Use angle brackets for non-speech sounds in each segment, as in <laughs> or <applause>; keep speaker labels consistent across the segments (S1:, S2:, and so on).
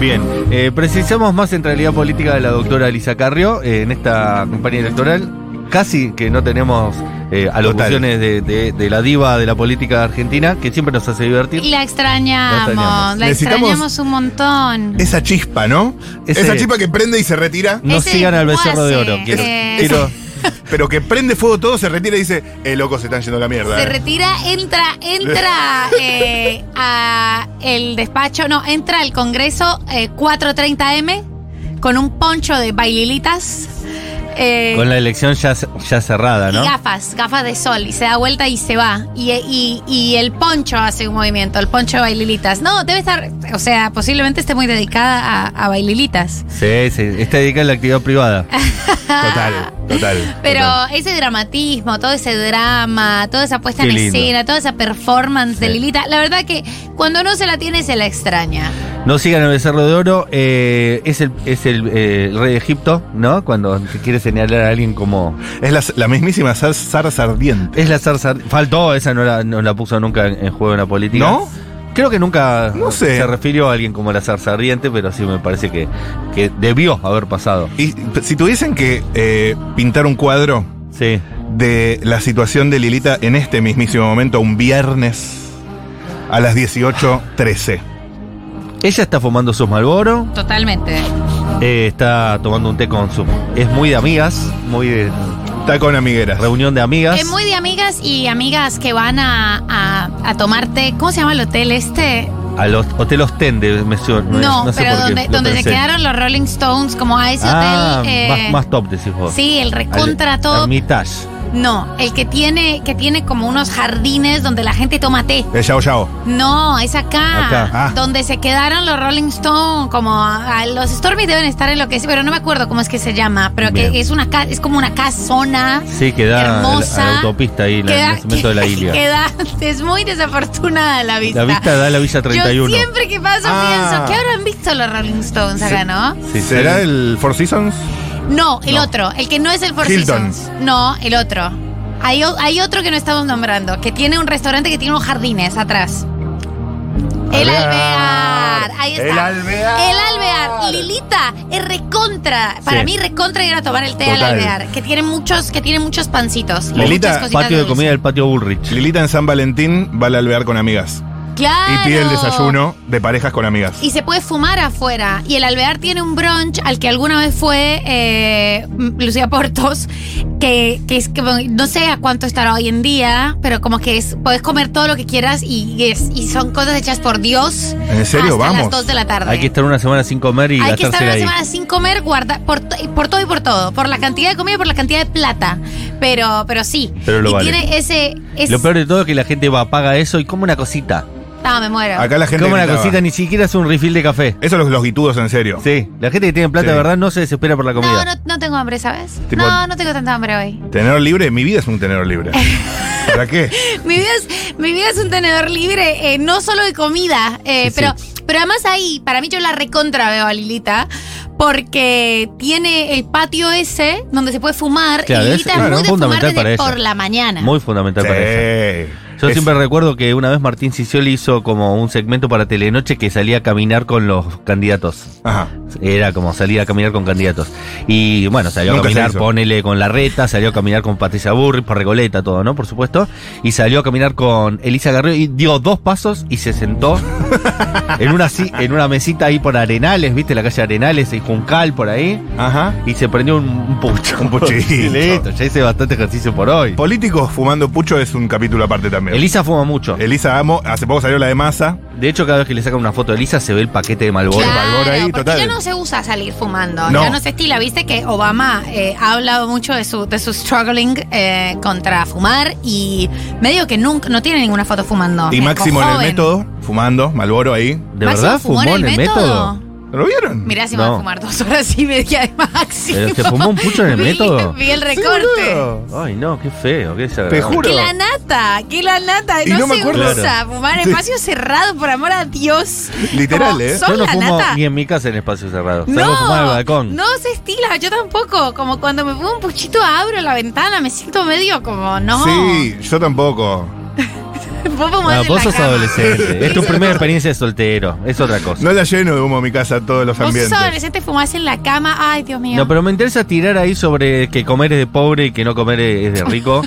S1: Bien, eh, precisamos más centralidad política de la doctora Elisa Carrió eh, en esta campaña electoral. Casi que no tenemos eh, alocuciones de, de- de la diva de la política argentina, que siempre nos hace divertir.
S2: La
S1: La extrañamos.
S2: extrañamos, la
S3: Necesitamos-
S2: extrañamos un montón.
S3: Esa chispa, ¿no?
S1: Ese-
S3: Esa chispa que prende y se retira,
S1: No
S2: Ese
S1: sigan al becerro de
S2: desguace,
S1: oro. Quiero,
S2: eh,
S1: quiero-
S3: <laughs> pero que prende fuego todo, se retira y dice, eh, loco, se están yendo a la mierda.
S2: Se
S3: eh".
S2: retira, entra, entra eh, a el despacho, no, entra al Congreso eh, 430M con un poncho de baililitas eh,
S1: con la elección ya, ya cerrada, ¿no?
S2: y gafas, gafas de sol, y se da vuelta y se va. Y, y- y el poncho hace un movimiento, el poncho de baililitas. No, debe estar, o sea, posiblemente esté muy dedicada a, a baililitas.
S1: Sí, sí, está dedicada a la
S2: <laughs>
S1: actividad privada.
S3: Total, total.
S2: Pero
S3: total.
S2: ese dramatismo, todo ese drama, toda esa puesta
S1: Qué
S2: en
S1: lindo.
S2: escena, toda esa performance de
S1: Sí.
S2: Lilita, la verdad que cuando no se la tiene se la extraña.
S1: No sigan al becerro de oro. eh, es el, es el, eh, el rey de Egipto, ¿no? Cuando te quiere señalar a alguien como.
S3: Es la, la mismísima zar- zarza ardiente.
S1: Es la zarza. Faltó, esa no la, no la puso nunca en, en juego en la política.
S3: ¿No?
S1: Creo que nunca
S3: No sé.
S1: se refirió a alguien como la zarza ardiente, pero sí me parece que, que debió haber pasado.
S3: Y p- si tuviesen que eh, pintar un cuadro
S1: Sí.
S3: de la situación de Lilita en este mismísimo momento, un viernes a las 18.13.
S1: Ella está fumando sus Malboro,
S2: Totalmente.
S1: está tomando un té con su. Es muy de amigas, muy de
S3: Está con amigueras.
S1: reunión de amigas.
S2: Es muy de amigas y amigas que van a, a- a tomarte, ¿cómo se llama el hotel este?
S1: A los Hotel Ostende, me suena.
S2: No,
S1: sé
S2: pero
S1: por qué
S2: donde,
S1: lo
S2: donde se
S1: pensé.
S2: quedaron los Rolling Stones, como a ese
S1: Ah,
S2: hotel. eh,
S1: más, más top, decís vos.
S2: Sí, el
S1: Al-
S2: recontra top.
S1: Hermitage.
S2: No, el que tiene, que tiene como unos jardines donde la gente toma té.
S3: El Yao Yao.
S2: No, es acá.
S1: Acá.
S3: Ah.
S2: Donde se quedaron los Rolling Stone, como a- a- los Stormy deben estar en lo que es, pero no me acuerdo cómo es que se llama, pero
S1: Bien.
S2: que es una ca- es como una casona.
S1: Sí, queda
S2: Hermosa.
S1: a la autopista ahí, la- el nacimiento de
S2: <laughs>
S1: la Ilia.
S2: queda- es muy desafortunada la vista.
S1: la vista da a la Villa 31.
S2: Yo siempre que paso
S3: Ah.
S2: pienso, ¿qué habrán visto los Rolling Stones acá, no?
S1: Sí,
S3: ¿Será
S1: sí.
S3: el Four Seasons?
S2: No, el
S1: No.
S2: otro, el que no es el Four
S3: Hilton.
S2: Seasons. No, el otro. Hay, o- hay otro que no estamos nombrando, que tiene un restaurante que tiene unos jardines atrás. El Alvear. Ahí está.
S3: El Alvear.
S2: El Alvear. Lilita es recontra. Para
S1: Sí.
S2: mí, recontra ir a tomar el té al
S3: Total.
S2: Alvear. Que tiene muchos, que tiene muchos pancitos. y
S3: Lilita,
S2: muchas cositas
S1: Patio de
S2: dulces.
S1: comida del patio Bullrich.
S3: Lilita en San Valentín va al alvear con amigas.
S2: Claro.
S3: Y pide el desayuno de parejas con amigas.
S2: Y se puede fumar afuera. Y el alvear tiene un brunch al que alguna vez fue eh, M- Lucía Portos, que, que es como, no sé a cuánto estará hoy en día, pero como que es, podés comer todo lo que quieras y, y es- y son cosas hechas por Dios.
S3: ¿En serio?
S2: hasta
S3: Vamos.
S2: las 2 de la tarde.
S1: Hay que estar una semana sin comer y
S2: Hay que estar
S1: gastársela
S2: una
S1: ahí.
S2: semana sin comer, guarda, por, to- por todo y por todo, por la cantidad de comida y por la cantidad de plata. Pero, pero sí.
S1: Pero lo
S2: y
S1: vale.
S2: tiene ese. ese-
S1: Lo peor de todo es que la gente va, paga eso y come una cosita.
S2: Ah, me muero.
S3: Acá la gente.
S1: come una
S3: gritaba.
S1: cosita, ni siquiera es un refill de café.
S3: Eso los, los guitudos, en serio.
S1: Sí, la gente que tiene plata
S3: Sí.
S1: de verdad no se desespera por la comida.
S2: no, no, no tengo hambre, ¿sabes?
S3: Tipo-
S2: no, no tengo tanta hambre hoy. <laughs>
S3: Tenedor libre, mi vida es un tenedor libre. ¿Para qué?
S2: Mi vida es, mi vida es un tenedor libre, eh, no solo de comida, eh,
S1: Sí, sí.
S2: pero, pero además ahí, para mí yo la recontra veo a Lilita, porque tiene el patio ese donde se puede fumar.
S1: Claro,
S2: y
S1: es-
S2: Lilita es,
S1: claro,
S2: muy
S1: es
S2: de fumar
S1: fundamental
S2: desde
S1: para ella.
S2: por la mañana.
S1: Muy fundamental para eso.
S3: Sí.
S1: Yo
S3: Es-
S1: siempre recuerdo que una vez Martín Sicioli hizo como un segmento para Telenoche que salía a caminar con los candidatos.
S3: Ajá.
S1: Era como salir a caminar con candidatos. Y bueno, salió
S3: Nunca
S1: a
S3: se
S1: caminar,
S3: hizo.
S1: ponele con la reta, salió a caminar con Patricia Burri, por Recoleta, todo, ¿no? Por supuesto. Y salió a caminar con Elisa Garrido y dio dos pasos y
S3: <laughs>
S1: se sentó en una, si- en una mesita ahí por Arenales, ¿viste? La calle Arenales y Juncal por ahí.
S3: Ajá.
S1: Y se prendió un, un pucho.
S3: Un
S1: <laughs>
S3: puchito.
S1: Y listo, ya hice bastante ejercicio por hoy.
S3: Políticos fumando pucho es un capítulo aparte también.
S1: Elisa fuma mucho.
S3: Elisa Amo, hace poco salió la de masa.
S1: De hecho, cada vez que le sacan una foto de Elisa se ve el paquete de Malboro.
S2: Claro,
S3: Malboro ahí,
S2: porque
S3: total.
S2: ya no se usa salir fumando,
S3: No.
S2: ya no se estila. Viste que Obama eh, ha hablado mucho de su, de su struggling eh, contra fumar y medio que nunca, no tiene ninguna foto fumando.
S3: y
S2: Ah, Es
S3: Máximo en el
S2: joven.
S3: método, fumando, Malboro ahí.
S1: ¿De
S2: Máximo
S1: verdad fumó en el <laughs> método?
S3: ¿Lo vieron?
S2: Mirá si me
S1: No.
S2: va a fumar dos horas y media de máximo.
S1: ¿Pero se fumó un pucho en el
S2: <laughs> Vi-
S1: método?
S2: Vi el
S3: Sí,
S2: recorte.
S3: boludo.
S1: Ay, no, qué feo, qué
S3: Te
S1: desagradable.
S3: juro.
S2: que la nata, que la nata.
S3: Y
S2: no,
S3: no me
S2: se
S3: acuerdo.
S2: usa fumar en
S3: Sí.
S2: espacio cerrado, por amor a Dios.
S3: Literal,
S2: Como,
S3: ¿eh?
S2: ¿Son
S1: Yo no
S2: la
S1: fumo
S2: nata?
S1: ni en mi casa en espacio cerrado. Salgo a fumar al
S2: No,
S1: balcón.
S2: no se estila, yo tampoco. Como cuando me pongo un puchito, abro la ventana, me siento medio como, no.
S3: Sí, yo tampoco.
S2: <laughs> Vos fumás
S1: No,
S2: en
S1: vos
S2: la
S1: sos
S2: cama.
S1: adolescente. Es tu
S2: Eso-
S1: primera experiencia de soltero. Es otra cosa.
S3: No la lleno de humo a mi casa todos los
S2: Vos sos
S3: ambientes.
S2: adolescente, fumás en la cama. Ay, Dios mío.
S1: No, pero me interesa tirar ahí sobre que comer es de pobre y que no comer es
S2: <laughs>
S1: de rico.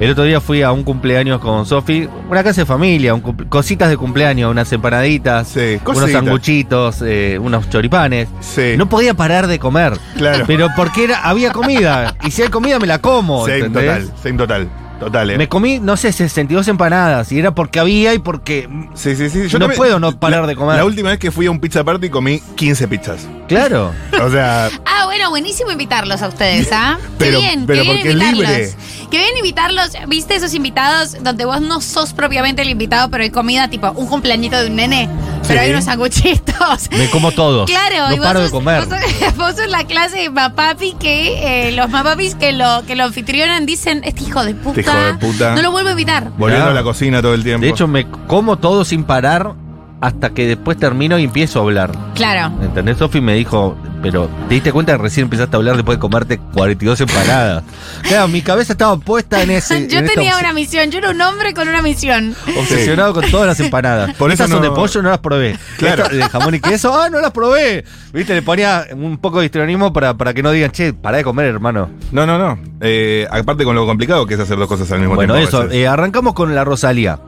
S1: El otro día fui a un cumpleaños con Sofi, una casa de familia, un cumple- cositas de cumpleaños, unas empanaditas,
S3: Sí,
S1: unos
S3: cositas.
S1: sanguchitos, eh, unos choripanes.
S3: Sí,
S1: No podía parar de comer.
S3: claro.
S1: Pero porque era, había comida. Y si hay comida me la como.
S3: Same
S1: ¿entendés?
S3: total, same total. Total, eh.
S1: Me comí, no sé, 62 empanadas. Y era porque había y porque.
S3: Sí, sí, sí.
S1: No puedo no parar
S3: la-
S1: de comer.
S3: La última vez que fui a un pizza party comí 15 pizzas.
S1: Claro.
S3: O
S2: <laughs>
S3: sea,
S2: Ah, bueno, buenísimo invitarlos a ustedes,
S1: <laughs>
S2: ¿ah?
S3: Pero-
S2: qué bien,
S3: pero
S2: qué bien
S3: porque es
S2: invitarlos.
S3: libre.
S2: Qué bien invitarlos, viste esos invitados donde vos no sos propiamente el invitado, pero hay comida tipo un cumpleañito de un nene, pero
S3: Sí.
S2: hay unos sanguchitos.
S1: Me como todo.
S2: <laughs> Claro, y
S1: No
S2: vos
S1: paro de
S2: sos-
S1: comer.
S2: Vos sos, <laughs> vos sos la clase de papapi que eh, los papapis que lo que lo anfitrionan dicen, este hijo de puta,
S3: Este hijo de puta.
S2: no lo vuelvo a invitar.
S3: volviendo
S1: Claro.
S3: a la cocina todo el tiempo.
S1: De hecho, me como todo sin parar hasta que después termino y empiezo a hablar.
S2: Claro.
S1: ¿Entendés? Sofi me dijo, pero ¿te diste cuenta que recién empezaste a hablar después de comerte 42 empanadas?
S2: <laughs>
S1: Claro, mi cabeza estaba puesta en ese.
S2: yo
S1: en esta
S2: tenía
S1: obs-
S2: una misión, yo era un hombre con una misión.
S1: Obsesionado con todas las empanadas.
S3: Por eso
S1: Estas son
S3: no-
S1: de pollo, no las probé.
S3: Claro.
S1: Estas de jamón y queso, ah, no las probé. Viste, le ponía un poco de histrionismo para, para que no digan, che, pará de comer, hermano.
S3: No, no, no. Eh, aparte con lo complicado que es hacer dos cosas al mismo
S1: Bueno,
S3: tiempo. a
S1: eso,
S3: veces.
S1: eh, arrancamos con la Rosalía.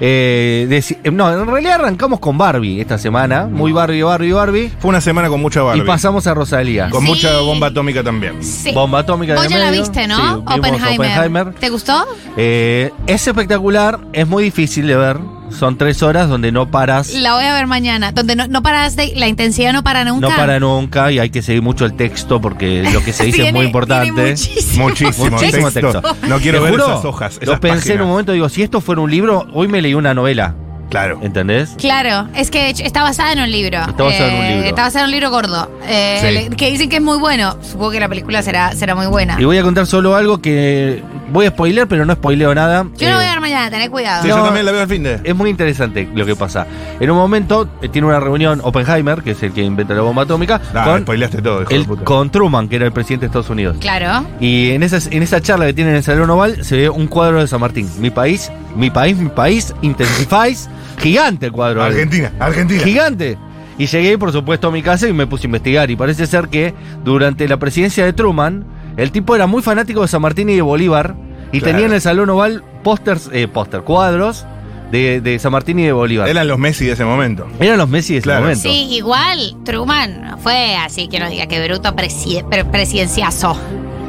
S1: Eh, deci- eh, no, en realidad arrancamos con Barbie esta semana. Muy Barbie, Barbie, Barbie.
S3: Fue una semana con mucha
S1: Y
S3: Barbie.
S1: pasamos a Rosalía.
S3: Con
S2: Sí.
S3: mucha bomba atómica también.
S2: Sí.
S1: Bomba atómica de
S2: Vos ya la
S1: medio.
S2: viste, ¿no?
S1: Sí, vimos
S2: Oppenheimer.
S1: Oppenheimer.
S2: ¿Te gustó?
S1: Eh, es espectacular, es muy difícil de ver. Son tres horas donde no paras,
S2: La voy a ver mañana. Donde no, no paras de. La intensidad no para nunca. <laughs>
S1: no para nunca y hay que seguir mucho el texto porque lo que se dice
S2: Tiene-
S1: es muy
S2: tiene
S1: importante.
S2: muchísimo.
S3: Muchísimo,
S1: Muchísimo
S3: texto.
S1: texto.
S3: No quiero
S1: Te
S3: ver
S1: juro,
S3: esas hojas. Esas
S1: lo pensé en un
S3: páginas.
S1: momento, digo, si esto fuera un libro, hoy me leí una novela,
S3: Claro.
S1: ¿entendés?
S2: Claro, es que de hecho, está basada en un libro. eh,
S1: Está basada en un libro.
S2: Está basada en un libro gordo. eh,
S1: Sí.
S2: le- Que dicen que es muy bueno. Supongo que la película será, será muy buena.
S1: Y voy a contar solo algo que voy a spoiler, pero no spoileo nada.
S2: Yo la
S1: Eh,
S2: voy a ver mañana, tened cuidado.
S3: Sí,
S1: No.
S3: yo también la veo al fin de.
S1: Es muy interesante lo que pasa. En un momento eh, tiene una reunión Oppenheimer, que es el que inventa la bomba atómica,
S3: Nah, me
S1: con,
S3: spoileaste todo, hijo
S1: el-
S3: de puta.
S1: con Truman, que era el presidente de Estados Unidos.
S2: Claro.
S1: Y en esa, en esa charla que tienen en el Salón Oval se ve un cuadro de San Martín. Mi país, mi país, mi país, intensifies. Gigante el cuadro.
S3: Argentina, Argentina.
S1: <laughs> Gigante. Y llegué, por supuesto, a mi casa y me puse a investigar. Y parece ser que durante la presidencia de Truman, el tipo era muy fanático de San Martín y de Bolívar. Y
S3: Claro.
S1: tenía en el Salón Oval pósters, eh, póster, cuadros de, de San Martín y de Bolívar.
S3: Eran los Messi de ese momento.
S1: Eran los Messi de ese
S3: Claro.
S1: momento.
S2: Sí, igual Truman no fue así que no diga que bruto presi- pre- presidenciazo.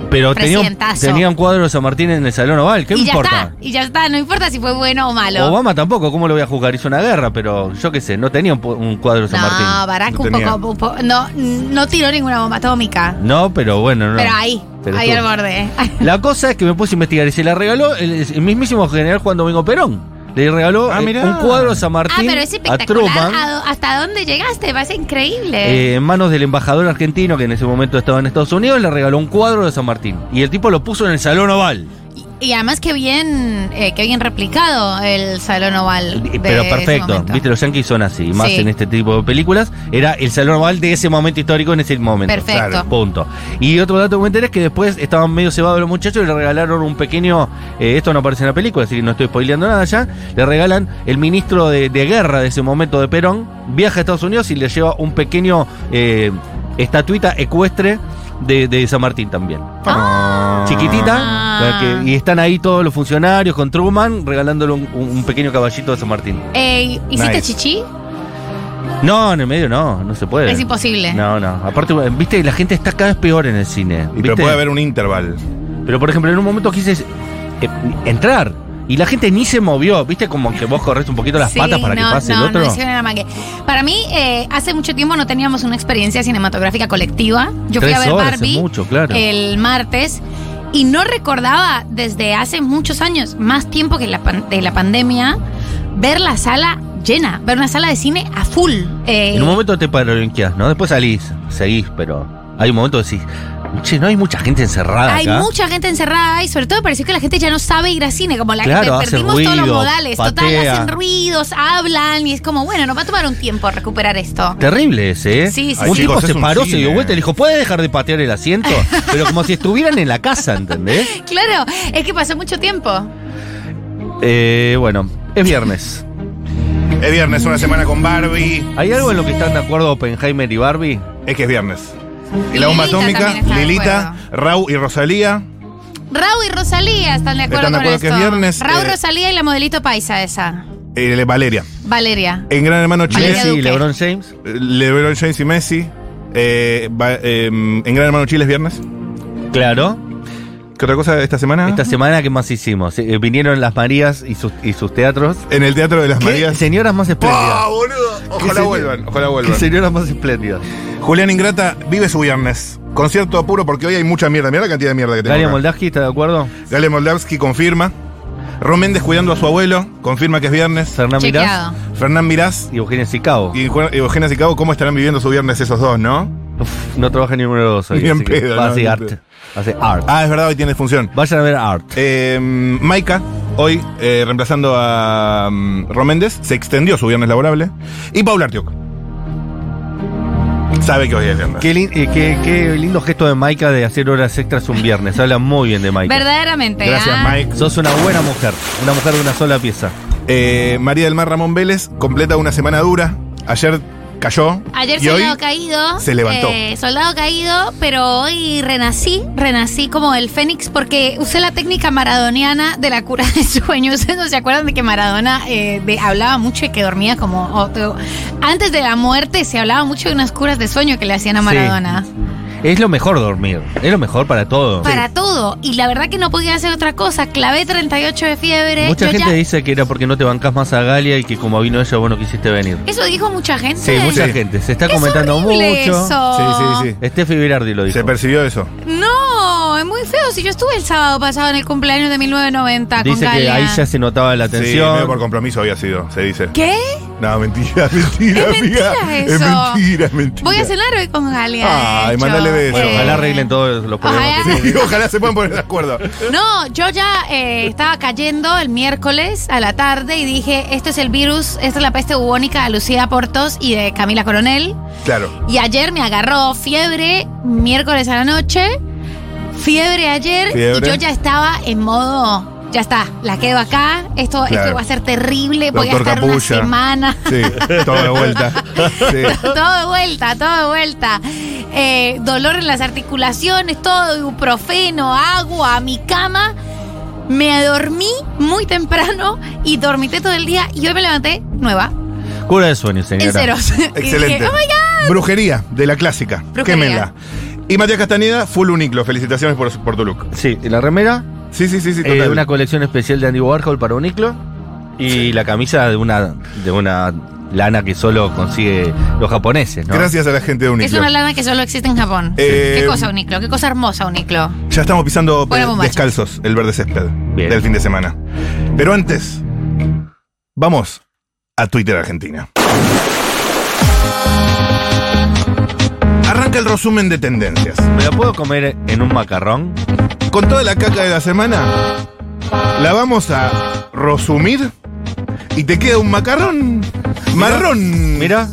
S1: Pero tenía un,
S2: Presidentazo.
S1: tenía un cuadro de San Martín en el Salón Oval. ¿Qué me
S2: y ya
S1: importa?
S2: está, y ya está, no importa si fue bueno o malo.
S1: Obama tampoco, ¿cómo lo voy a juzgar? Hizo una guerra, pero yo qué sé, no tenía un, pu- un cuadro de San
S2: No,
S1: Martín.
S2: Barack
S3: No
S2: un,
S3: tenía.
S2: poco, un po- no, no tiró ninguna bomba atómica.
S1: No, pero bueno, no.
S2: Pero ahí,
S1: Pero
S2: ahí
S1: tú.
S2: al borde.
S1: La cosa es que me puse a investigar y se la regaló el, el mismísimo general Juan Domingo Perón. Le regaló
S3: Ah,
S1: eh,
S3: mirá.
S1: un cuadro de San
S2: Ah,
S1: Martín
S2: pero es
S1: a
S2: espectacular. Ah,
S1: Truman
S2: ¿A do- ¿Hasta dónde llegaste? Va a ser increíble.
S1: eh, en manos del embajador argentino que en ese momento estaba en Estados Unidos. Le regaló un cuadro de San Martín y el tipo lo puso en el Salón Oval.
S2: y, y además que bien, eh, que bien replicado el Salón Oval. de
S1: Eh, Pero
S2: ese
S1: perfecto,
S2: momento.
S1: viste, los yankees son así, más
S2: Sí.
S1: en este tipo de películas. Era el Salón Oval de ese momento histórico en ese momento.
S2: Perfecto.
S3: Claro.
S1: Punto. Y otro dato que me enteré es que después estaban medio cebados los muchachos y le regalaron un pequeño. eh, esto no aparece en la película, así que no estoy spoileando nada ya. Le regalan el ministro de, de guerra de ese momento de Perón. Viaja a Estados Unidos y le lleva un pequeño eh, estatuita ecuestre de, de San Martín también. Ah. Chiquitita.
S2: Ah.
S1: la que- y están ahí todos los funcionarios con Truman regalándole un, un- un pequeño caballito de San Martín.
S2: Eh, ¿Hiciste
S3: Nice.
S2: chichi?
S1: No, en el medio no, no se puede.
S2: Es imposible.
S1: No, no. Aparte, viste, la gente está cada vez peor en el cine.
S3: Y pero
S1: ¿viste?
S3: puede haber un intervalo.
S1: Pero por ejemplo, en un momento quise eh, entrar y la gente ni se movió, ¿viste? Como que vos corres un poquito las
S2: Sí,
S1: patas para
S2: no,
S1: que pase
S2: no,
S1: el otro.
S2: no hicieron nada más que- Para mí, eh, hace mucho tiempo no teníamos una experiencia cinematográfica colectiva. Yo fui
S1: Tres
S2: a ver
S1: horas,
S2: Barbie eh,
S1: es mucho, claro.
S2: el martes y no recordaba desde hace muchos años, más tiempo que la pan- de la pandemia, ver la sala llena, ver una sala de cine a full. Eh,
S1: En un momento te parolinqueás, ¿no? Después salís, seguís, pero hay un momento que decís, che, no hay mucha gente encerrada
S2: hay
S1: Ah, acá.
S2: mucha gente encerrada y sobre todo pareció que la gente ya no sabe ir a cine, como la
S1: Claro,
S2: gente
S1: hace
S2: perdimos todos los
S1: ruido,
S2: modales, total,
S1: patea.
S2: hacen ruidos, hablan y es como, bueno, nos va a tomar un tiempo recuperar esto.
S1: Terrible ese, ¿eh?
S2: Sí, sí. Ay,
S1: un
S3: chicos,
S1: tipo
S3: es
S1: se
S3: un
S1: paró, se
S3: cine.
S1: dio vuelta y le dijo, ¿puede dejar de patear
S2: <laughs>
S1: el asiento? Pero como si estuvieran en la casa, ¿entendés?
S2: Claro, es que pasó mucho tiempo.
S1: Eh, bueno, Es viernes.
S3: Es viernes, una semana con Barbie.
S1: ¿Hay algo en lo que están de acuerdo Oppenheimer y Barbie?
S3: Es que es viernes. Y,
S2: Y
S3: la bomba
S2: Lilita
S3: atómica,
S2: también está de
S3: Lilita, Rau y Rosalía.
S2: Raúl y Rosalía están de acuerdo
S3: Están de acuerdo
S2: con
S3: que
S2: esto.
S3: es viernes,
S2: Raúl,
S3: eh,
S2: Rosalía y la modelito paisa esa.
S3: eh, Valeria.
S2: Valeria.
S3: En Gran Hermano Chile. eh,
S2: Valeria
S1: Messi y
S2: Duque.
S1: LeBron James.
S3: LeBron James y Messi. Eh, va- eh, en Gran Hermano Chile es viernes.
S1: Claro.
S3: ¿Qué otra cosa esta semana?
S1: Esta semana, ¿qué más hicimos? Eh, vinieron las Marías y sus, y sus teatros.
S3: en el Teatro de las
S1: ¿Qué
S3: Marías.
S1: Señoras más
S3: ¡Pah,
S1: espléndidas.
S3: boludo!
S1: ¿Qué
S3: Ojalá
S1: señor?
S3: vuelvan, ojalá
S1: ¿Qué
S3: vuelvan.
S1: señoras más espléndidas.
S3: Julián Ingrata vive su viernes. Concierto apuro porque hoy hay mucha mierda. Mira la cantidad de mierda que
S1: Galia
S3: tenemos. acá.
S1: Moldaski, ¿está de acuerdo?
S3: Galia Moldavsky confirma. Ron Méndez cuidando a su abuelo. Confirma que es viernes.
S1: Fernán Mirás
S2: Chequeado.
S3: Fernán Mirás
S1: y Eugenia Sicao.
S3: y Ju- Eugenia Sicabo, ¿cómo estarán viviendo su viernes esos dos, no?
S1: Uf, no trabaja ninguno de los dos hoy.
S3: Ni en
S1: así que
S3: pedo,
S1: va a
S3: no,
S1: hacer
S3: ni en
S1: art.
S3: pedo.
S1: Hace art.
S3: Ah, es verdad, hoy tiene función.
S1: Vayan a ver art.
S3: Eh, Maika, hoy eh, reemplazando a mm, Ron Méndez, se extendió su viernes laborable. Y Paula Artiuk. Sabe que hoy es viernes.
S1: Qué, lin- eh, qué- qué lindo gesto de Maika de hacer horas extras un viernes. Habla muy bien de Maika.
S2: Verdaderamente.
S3: Gracias,
S2: ¿ah?
S3: Mike.
S1: Sos una buena mujer. Una mujer de una sola pieza.
S3: Eh, María del Mar Ramón Vélez completa una semana dura. Ayer cayó.
S2: Ayer
S3: y hoy
S2: soldado caído.
S3: se levantó.
S2: eh, soldado caído, pero hoy renací, renací como el Fénix porque usé la técnica maradoniana de la cura de <laughs> sueños. Ustedes no se acuerdan de que Maradona eh, de- hablaba mucho y que dormía como. o- o- antes de la muerte se hablaba mucho de unas curas de sueño que le hacían a
S1: Sí.
S2: Maradona.
S1: Es lo mejor dormir. Es lo mejor para todo.
S2: Para todo. Y la verdad que no podía hacer otra cosa. Clavé 38 de fiebre.
S1: Mucha
S2: yo
S1: gente
S2: ya-
S1: dice que era porque no te bancas más a Galia y que como vino ella vos no quisiste venir.
S2: Eso dijo mucha gente.
S1: Sí, mucha
S3: Sí.
S1: gente. Se está
S2: Es
S1: comentando
S2: horrible
S1: mucho.
S2: eso.
S3: Sí, sí, sí.
S1: Steffi Virardi lo dijo.
S3: Se percibió eso.
S2: No, es muy feo. Si yo estuve el sábado pasado en el cumpleaños de 1990 con
S1: Dice que
S2: Galia.
S1: ahí ya se notaba la
S3: Sí,
S1: tensión.
S3: medio por compromiso había sido, se dice.
S2: ¿Qué?
S3: No, mentira, <laughs> mentira,
S2: Es mentira
S3: amiga.
S2: eso.
S3: Es mentira, es mentira.
S2: Voy a cenar hoy con Galia. de
S3: Ay,
S2: hecho.
S3: mandale besos.
S1: Bueno,
S3: Eh.
S1: ojalá arreglen todos los problemas.
S2: Ojalá.
S1: que
S3: Sí, <laughs> ojalá se puedan poner de acuerdo.
S2: No, yo ya eh, estaba cayendo el miércoles a la tarde y dije, esto es el virus, esta es la peste bubónica de Lucía Portos y de Camila Coronel.
S3: Claro.
S2: Y ayer me agarró fiebre, miércoles a la noche, fiebre ayer,
S3: Fiebre.
S2: y yo ya estaba en modo, ya está, la quedo acá, esto,
S3: Claro.
S2: esto va a ser terrible, voy a
S3: Doctor
S2: estar una
S3: Capulla.
S2: semana.
S3: Sí, todo de vuelta.
S2: <laughs>
S3: <laughs> Sí.
S2: Todo de vuelta, todo de vuelta. Eh, dolor en las articulaciones, todo ibuprofeno, agua, mi cama. Me dormí muy temprano y dormité todo el día y hoy me levanté nueva,
S1: no- Cura de sueño, señora.
S2: en ceros. <laughs> Y dije,
S3: Excelente.
S2: "Oh my
S3: Brujería, de la clásica.
S2: Brujería.
S3: Quémela. Y Matías Castañeda, full uniclo. Felicitaciones por, por tu look.
S1: Sí, la remera,
S3: Sí, sí, sí, sí,
S1: eh,
S3: total.
S1: una colección especial de Andy Warhol para Uniclo y la camisa de una de una lana que solo consigue los japoneses, ¿no?
S3: Gracias a la gente de
S2: Es
S3: Uniclo.
S2: una lana que solo existe en Japón.
S3: Eh,
S2: qué cosa, Uniclo, qué cosa hermosa, Uniclo.
S3: Ya estamos pisando
S2: Buena
S3: eh,
S2: bombacha.
S3: descalzos el verde césped
S1: Bien.
S3: del fin de semana. Pero antes, vamos a Twitter Argentina. Arranca el resumen de tendencias.
S1: ¿Me la puedo comer en un macarrón?
S3: Con toda la caca de la semana, la vamos a resumir y te queda un macarrón marrón.
S1: Mira,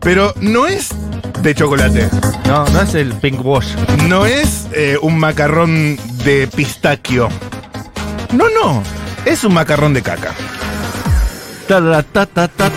S3: Pero no es de chocolate.
S1: no, no es el pink wash.
S3: No es eh, un macarrón de pistaquio. No, no. Es un macarrón de caca.
S1: Ta, ta, ta, ta, ta.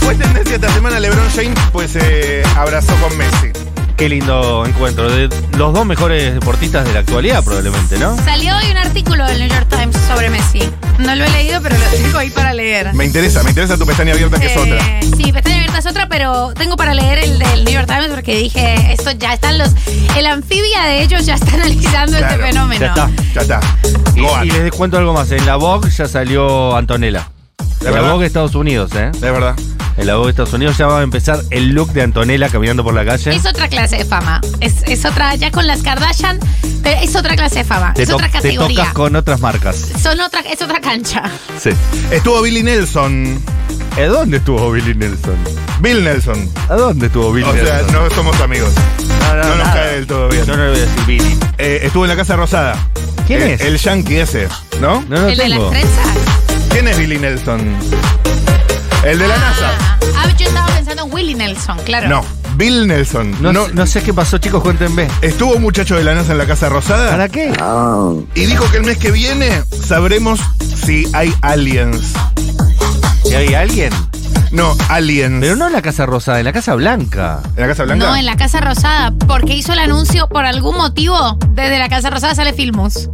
S3: Fue tendencia esta semana LeBron James, pues se abrazó con Messi.
S1: Qué lindo encuentro de los dos mejores deportistas de la actualidad probablemente, ¿no?
S2: Salió hoy un artículo del New York Times sobre Messi. No lo he leído, pero lo tengo ahí para leer.
S3: Me interesa, me interesa tu pestaña abierta que es
S2: Eh,
S3: otra.
S2: Sí, pestaña abierta es otra, pero tengo para leer el del New York Times porque dije, esto ya están los. El anfibia de ellos ya está <laughs> analizando
S3: Claro,
S2: este fenómeno.
S1: ya está.
S3: Ya está.
S1: Y,
S3: Goat.
S1: y les cuento algo más, en la Vogue ya salió Antonella.
S3: ¿De
S1: En la
S3: verdad?
S1: Vogue de Estados Unidos, ¿eh?
S3: Es verdad.
S1: En la Vogue de Estados Unidos ya va a empezar el look de Antonella caminando por la calle.
S2: Es otra clase de fama. Es, es otra, ya con las Kardashian, pero es otra clase de fama.
S1: te,
S2: es
S1: to-
S2: otra
S1: te tocas
S2: categoría.
S1: con otras marcas.
S2: Son otra, es otra cancha.
S1: Sí.
S3: Estuvo Billy Nelson.
S1: ¿A dónde estuvo Billy Nelson?
S3: Bill Nelson.
S1: ¿A dónde estuvo Billy
S3: O sea,
S1: Nelson?
S3: no somos amigos.
S1: no,
S3: no nos
S1: nada.
S3: cae del todo bien.
S1: Yo no le voy a decir Billy.
S3: Eh, estuvo en la Casa Rosada.
S1: ¿Quién
S3: Eh,
S1: es?
S3: El yankee ese, ¿no?
S1: No lo
S2: el de
S1: tengo.
S2: las trenzas.
S3: ¿Quién es Billy Nelson? El de la NASA.
S2: Ah, ah, yo estaba pensando en Willie Nelson, claro.
S3: No, Bill Nelson.
S1: No,
S3: No,
S1: no sé qué pasó, chicos, cuéntenme.
S3: Estuvo un muchacho de la NASA en la Casa Rosada
S1: ¿Para qué?
S3: y dijo que el mes que viene sabremos si hay aliens
S1: ¿Y hay alguien?
S3: No, Aliens.
S1: Pero no en la Casa Rosada, en la Casa Blanca.
S3: ¿En la Casa Blanca?
S2: No, en la Casa Rosada, porque hizo el anuncio por algún motivo. Desde la Casa Rosada sale Filmus.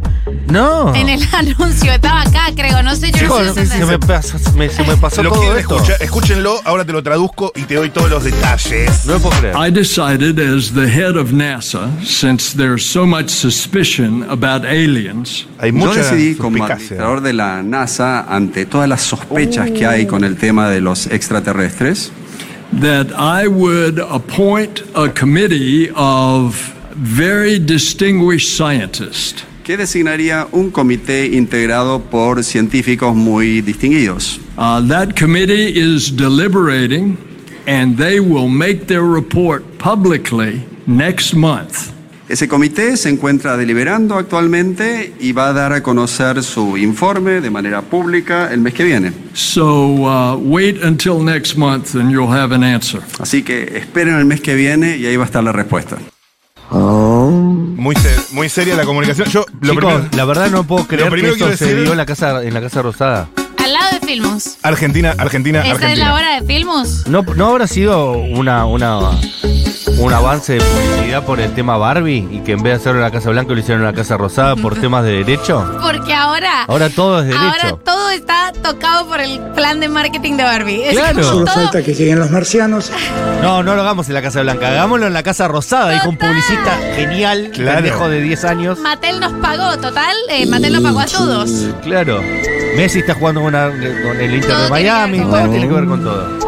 S1: No.
S2: En el <laughs> anuncio, estaba acá, creo, no sé, yo
S1: Chicos,
S2: no sé.
S1: Ah. se, me pasa- me- se me pasó
S3: Lo
S1: todo
S3: quieren
S1: esto.
S3: escuchar, escúchenlo, ahora te lo traduzco y te doy todos los detalles.
S1: No lo puedo
S3: Ah,
S1: creer.
S4: I decided, as the head of NASA, since there's so much suspicion about aliens,
S3: Hay
S5: Yo
S3: mucha
S5: decidí como
S3: suspicacia.
S5: administrador de la NASA, ante todas las sospechas que hay con el tema de los extraterrestres,
S4: that I would appoint a committee of very distinguished scientists.
S5: que designaría un comité integrado por científicos muy distinguidos.
S4: Uh, that committee is deliberating, and they will make their report publicly next month.
S5: Ese comité se encuentra deliberando actualmente y va a dar a conocer su informe de manera pública el mes que viene.
S4: So uh, wait until next month, and you'll have an answer.
S5: Así que esperen el mes que viene y ahí va a estar la respuesta.
S3: Muy, ser- muy seria la comunicación. Yo lo
S1: Chicos,
S3: primero-
S1: la verdad no puedo creer que
S3: primero
S1: esto
S3: quiero
S1: se
S3: decir-
S1: dio en la casa en la casa rosada.
S2: Al lado de Filmus.
S3: Argentina,
S1: Ah,
S3: Argentina,
S2: ¿Esa
S3: Argentina.
S2: es la hora de Filmus?
S1: ¿No, no habrá sido una, una un avance de publicidad por el tema Barbie y que en vez de hacerlo en la Casa Blanca lo hicieron en la Casa Rosada por temas de derecho?
S2: Porque ahora.
S1: Ahora todo es
S2: Ahora
S1: derecho.
S2: todo está tocado por el plan de marketing de Barbie. Es
S1: Claro.
S2: como
S1: Solo
S6: Solo
S2: todo-
S6: falta que lleguen los marcianos.
S1: No, no lo hagamos en la Casa Blanca, hagámoslo en la Casa Rosada, dijo un publicista genial,
S3: Claro.
S1: pendejo de 10 años.
S2: Mattel nos pagó, total. eh, Mattel nos pagó a todos.
S1: Claro. Messi está jugando con, una- con el Inter
S2: Todo tiene
S1: de
S2: que ver
S1: Miami,
S2: con
S1: todo
S2: Barbie.
S1: tiene que ver con todo.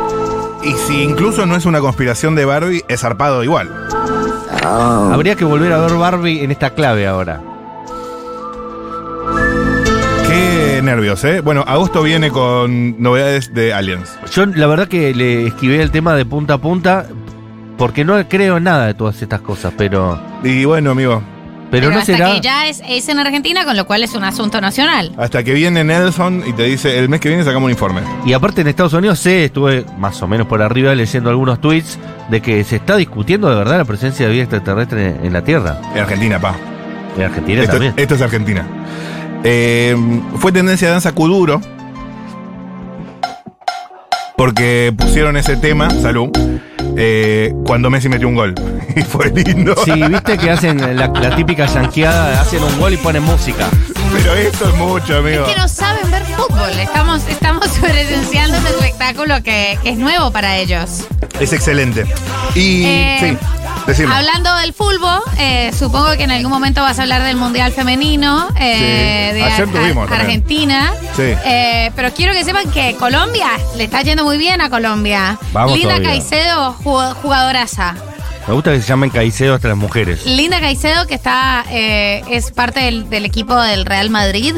S3: Y si incluso no es una conspiración de Barbie, es zarpado igual. Oh.
S1: Habría que volver a ver Barbie en esta clave ahora.
S3: Qué nervios, ¿eh? Bueno, agosto viene con novedades de Aliens.
S1: Yo la verdad que le esquivé el tema de punta a punta porque no creo en nada de todas estas cosas, pero
S3: Y bueno, amigo,
S1: pero, no
S2: hasta
S1: será
S2: que ya es, es en Argentina, con lo cual es un asunto nacional.
S3: hasta que viene Nelson y te dice, el mes que viene sacamos un informe.
S1: y aparte en Estados Unidos sé, estuve más o menos por arriba leyendo algunos tweets de que se está discutiendo de verdad la presencia de vida extraterrestre en la Tierra,
S3: En Argentina, pa.
S1: en Argentina
S3: Esto,
S1: también.
S3: esto es Argentina. Eh, fue tendencia de danza Kuduro. Porque pusieron ese tema, salud, eh, cuando Messi metió un gol. <laughs> Y fue lindo.
S1: Sí, viste que hacen la, la típica yanqueada, hacen un gol y ponen música.
S3: Pero esto es mucho, amigo.
S2: Que no saben ver fútbol. Estamos, estamos <laughs> presenciando un espectáculo que, que es nuevo para ellos.
S3: Es excelente. Y
S2: Eh,
S3: sí, decime.
S2: Hablando del fútbol, eh, supongo que en algún momento vas a hablar del Mundial Femenino eh,
S3: Sí.
S2: de
S3: Ayer
S2: Ar-
S3: tuvimos también.
S2: Argentina.
S3: Sí.
S2: Eh, pero quiero que sepan que Colombia le está yendo muy bien a Colombia.
S1: Vamos
S2: Linda
S1: todavía.
S2: Caicedo, ju- jugadoraza.
S1: Me gusta que se llamen caicedo hasta las mujeres.
S2: Linda Caicedo, que está eh, es parte del, del equipo del Real
S3: <laughs>
S2: Madrid,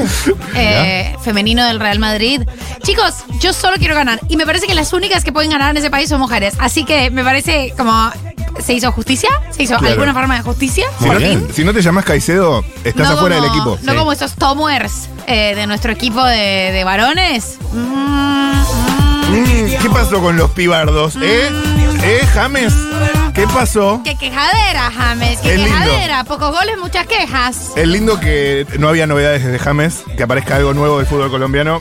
S2: eh, femenino del Real Madrid. Chicos, yo solo quiero ganar. Y me parece que las únicas que pueden ganar en ese país son mujeres. Así que me parece como. ¿Se hizo justicia? ¿Se hizo
S3: Claro.
S2: alguna forma de justicia?
S3: si,
S2: Por
S3: no,
S2: fin.
S3: te- si no te llamas Caicedo, estás
S2: No
S3: afuera
S2: como-
S3: del equipo.
S2: No
S3: Sí.
S2: como estos Tomwers eh, de nuestro equipo de, de varones. Mm, mm.
S3: Mm, ¿Qué pasó con los pibardos? ¿Eh? ¿Eh, James? ¿Qué pasó?
S2: Qué quejadera, James. Qué
S3: Es lindo.
S2: quejadera. Pocos goles, muchas quejas.
S3: Es lindo que no había novedades desde James, que aparezca algo nuevo del fútbol colombiano.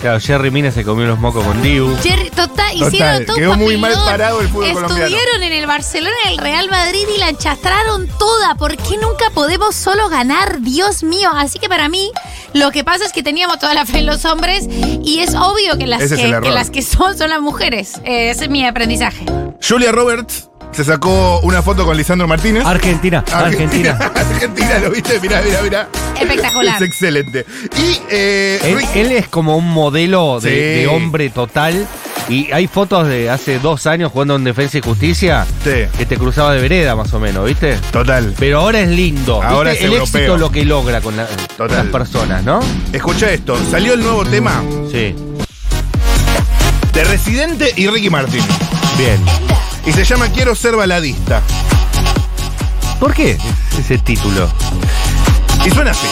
S1: Claro, Jerry Mina se comió unos mocos con Diu.
S2: Jerry, total, hicieron todo
S3: quedó
S2: un
S3: muy mal
S2: papelón.
S3: parado el fútbol
S2: Estuvieron
S3: colombiano.
S2: en el Barcelona, en el Real Madrid y la enchastraron toda. ¿Por qué nunca podemos solo ganar? Dios mío. Así que para mí, lo que pasa es que teníamos toda la fe en los hombres y es obvio que las,
S3: Ese es el
S2: que,
S3: error.
S2: que las que son son las mujeres. Eh, ese es mi aprendizaje.
S3: Julia Roberts se sacó una foto con Lisandro Martínez.
S1: Argentina, Argentina.
S3: <laughs> Argentina, lo viste, mirá, mirá, mirá.
S2: Espectacular.
S3: Es excelente. Y eh,
S1: Él,
S3: Rick-
S1: él es como un modelo de,
S3: Sí.
S1: de hombre total. Y hay fotos de hace dos años jugando en Defensa y Justicia
S3: Sí.
S1: que te cruzaba de vereda, más o menos, ¿viste?
S3: Total.
S1: Pero ahora es lindo.
S3: Ahora
S1: ¿viste?
S3: es
S1: el
S3: europeo.
S1: éxito lo que logra con, la- con
S3: Total.
S1: las personas, ¿no?
S3: Escucha esto. Salió el nuevo tema
S1: Sí.
S3: de Residente y Ricky Martin.
S1: Bien.
S3: Y se llama Quiero ser baladista.
S1: ¿Por qué ese título?
S3: Y suena así.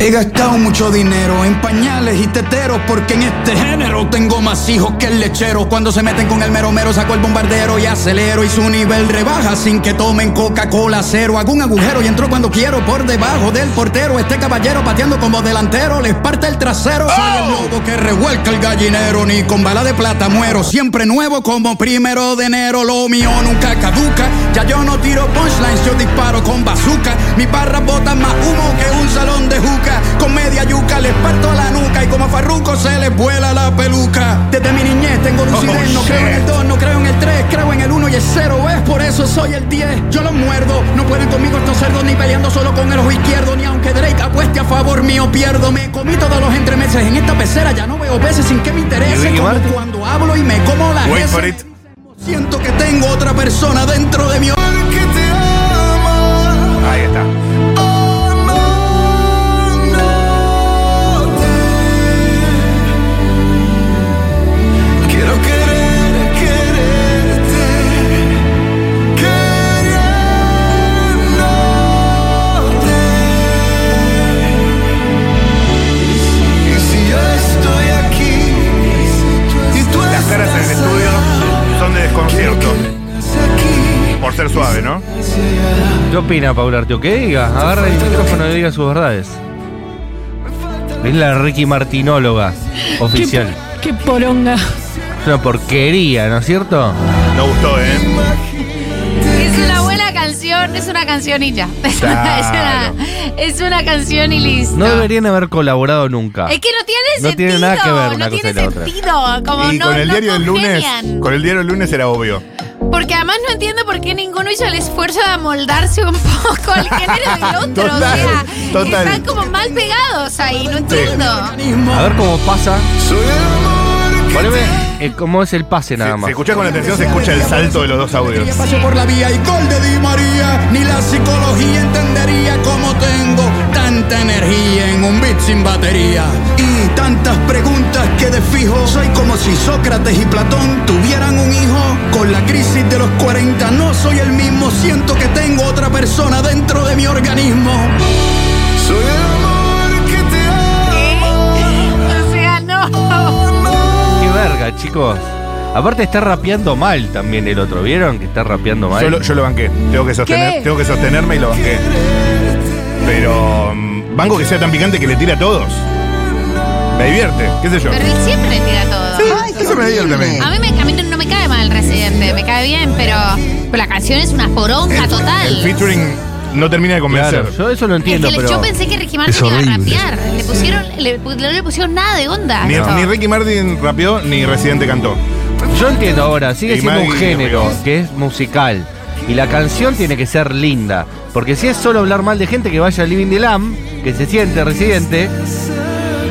S6: He gastado mucho dinero en pañales y teteros porque en este género tengo más hijos que el lechero. Cuando se meten con el mero mero saco el bombardero y acelero y su nivel rebaja sin que tomen Coca-Cola cero. Hago un agujero y entro cuando quiero por debajo del portero. Este caballero pateando como delantero les parte el trasero. Soy el lobo que revuelca el gallinero ni con bala de plata muero. Siempre nuevo como primero de enero. Lo mío nunca caduca. Ya yo no tiro punchlines, yo disparo con bazooka. Mis barras botan más humo que un salón de juca. Con media yuca les parto la nuca y como a Farruko se les vuela la peluca. Desde mi niñez tengo lucidez, no creo en el 2, no creo en el 3, creo en el 1 y el 0 es, por eso soy el 10. Yo los muerdo, no pueden conmigo estos cerdos ni peleando solo con el ojo izquierdo, ni aunque Drake apueste a favor mío pierdo. Me comí todos los entremeses en esta pecera, ya no veo veces sin que me
S1: ¿Y
S6: interese.
S1: Ricky
S6: Como
S1: Martin?
S6: cuando hablo y me como la
S3: Wait
S6: heces.
S3: for it.
S6: Siento que tengo otra persona dentro de mi
S3: Ahí está.
S6: Quiero querer, quererte,
S7: Y si yo estoy aquí, y tú
S3: Las caras en el
S7: estás
S3: estudio son de desconcierto,
S7: aquí,
S3: por ser suave, ¿no?
S1: ¿Qué opina Paula Arteo? ¿Qué diga? Agarra el micrófono y diga sus verdades. Es la Ricky Martinóloga oficial.
S8: Qué poronga.
S1: Es una porquería, ¿no es cierto?
S3: No gustó, ¿eh?
S2: Es una buena canción, es una canción y ya. <laughs> Es, una, es
S3: Claro.
S2: una- es una canción y listo.
S1: No deberían haber colaborado nunca.
S2: Es que no tiene sentido.
S1: No tiene nada que ver una
S2: no
S1: cosa
S2: tiene
S1: y la otra.
S2: sentido. Como
S3: Y
S2: no,
S3: con el
S2: no
S3: diario del lunes,
S2: congenian.
S3: con el diario del lunes era obvio.
S2: Porque además no entiendo por qué ninguno hizo el esfuerzo de amoldarse un poco al género del
S3: <laughs>
S2: otro.
S3: Total,
S2: o sea,
S3: total.
S2: están como mal pegados ahí, no entiendo.
S1: A ver cómo pasa. Poneme eh, cómo es el pase nada
S3: Si
S1: más.
S3: escuchás con atención, se escucha el salto de los dos audios.
S6: Que Paso por la vía y gol de Di María. Ni la psicología entendería cómo tengo tanta energía en un beat sin batería. Y tantas preguntas que de fijo soy como si Sócrates y Platón tuvieran un hijo. Con la crisis de los 40 no soy el mismo. Siento que tengo otra persona dentro de mi organismo.
S7: soy el amor que te ama.
S2: O sea, no.
S1: Qué verga, chicos. Aparte está rapeando mal también el otro, ¿vieron? Que está rapeando mal.
S3: Yo lo, yo lo banqué. Tengo que, sostener,
S8: ¿Qué?
S3: tengo que sostenerme y lo banqué. Pero mm, banco que sea tan picante que le tira a todos. Me divierte, qué sé yo.
S2: Pero él siempre tira todo.
S3: Eso me divierte a mí.
S2: A mí, me, a mí no, no me cae mal Residente, me cae bien, pero, pero la canción es una poronga total.
S3: El featuring no termina de convencer.
S1: Claro, yo eso lo entiendo,
S2: es que le-
S1: pero.
S2: yo pensé que Ricky Martin
S7: Es
S2: iba a
S7: horrible.
S2: rapear. Le pusieron, le, pu- no le pusieron nada de onda.
S3: Ni,
S2: Ah, No.
S3: ni Ricky Martin rapeó, ni Residente cantó.
S1: Yo entiendo ahora, sigue
S3: Y
S1: siendo un
S3: Maggie,
S1: género
S3: amigo.
S1: que es musical. Y la canción tiene que ser linda. Porque si es solo hablar mal de gente que vaya al Living the Lamb, que se siente residente,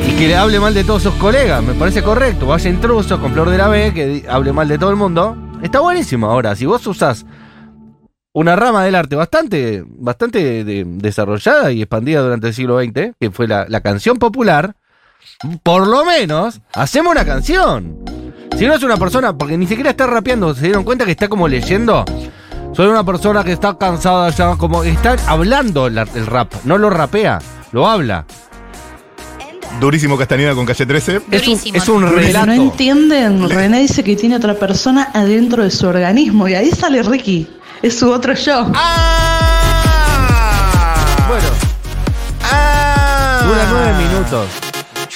S1: y que le hable mal de todos sus colegas, me parece correcto. Vaya intruso con Flor de la B, que di- hable mal de todo el mundo. Está buenísimo. Ahora, si vos usás una rama del arte bastante, bastante de- desarrollada y expandida durante el siglo XX, que fue la, la canción popular, por lo menos, hacemos una canción. Si no es una persona, porque ni siquiera está rapeando, se dieron cuenta que está como leyendo. Soy una persona que está cansada ya, como está hablando la- el rap, no lo rapea, lo habla.
S3: Durísimo Castañeda con Calle 13.
S1: Es un,
S2: Durísimo.
S1: es un
S9: Pero
S1: relato.
S9: no entienden, René dice que tiene otra persona adentro de su organismo y ahí sale Ricky, es su otro yo.
S1: Bueno,
S3: Ah.
S1: dura nueve minutos.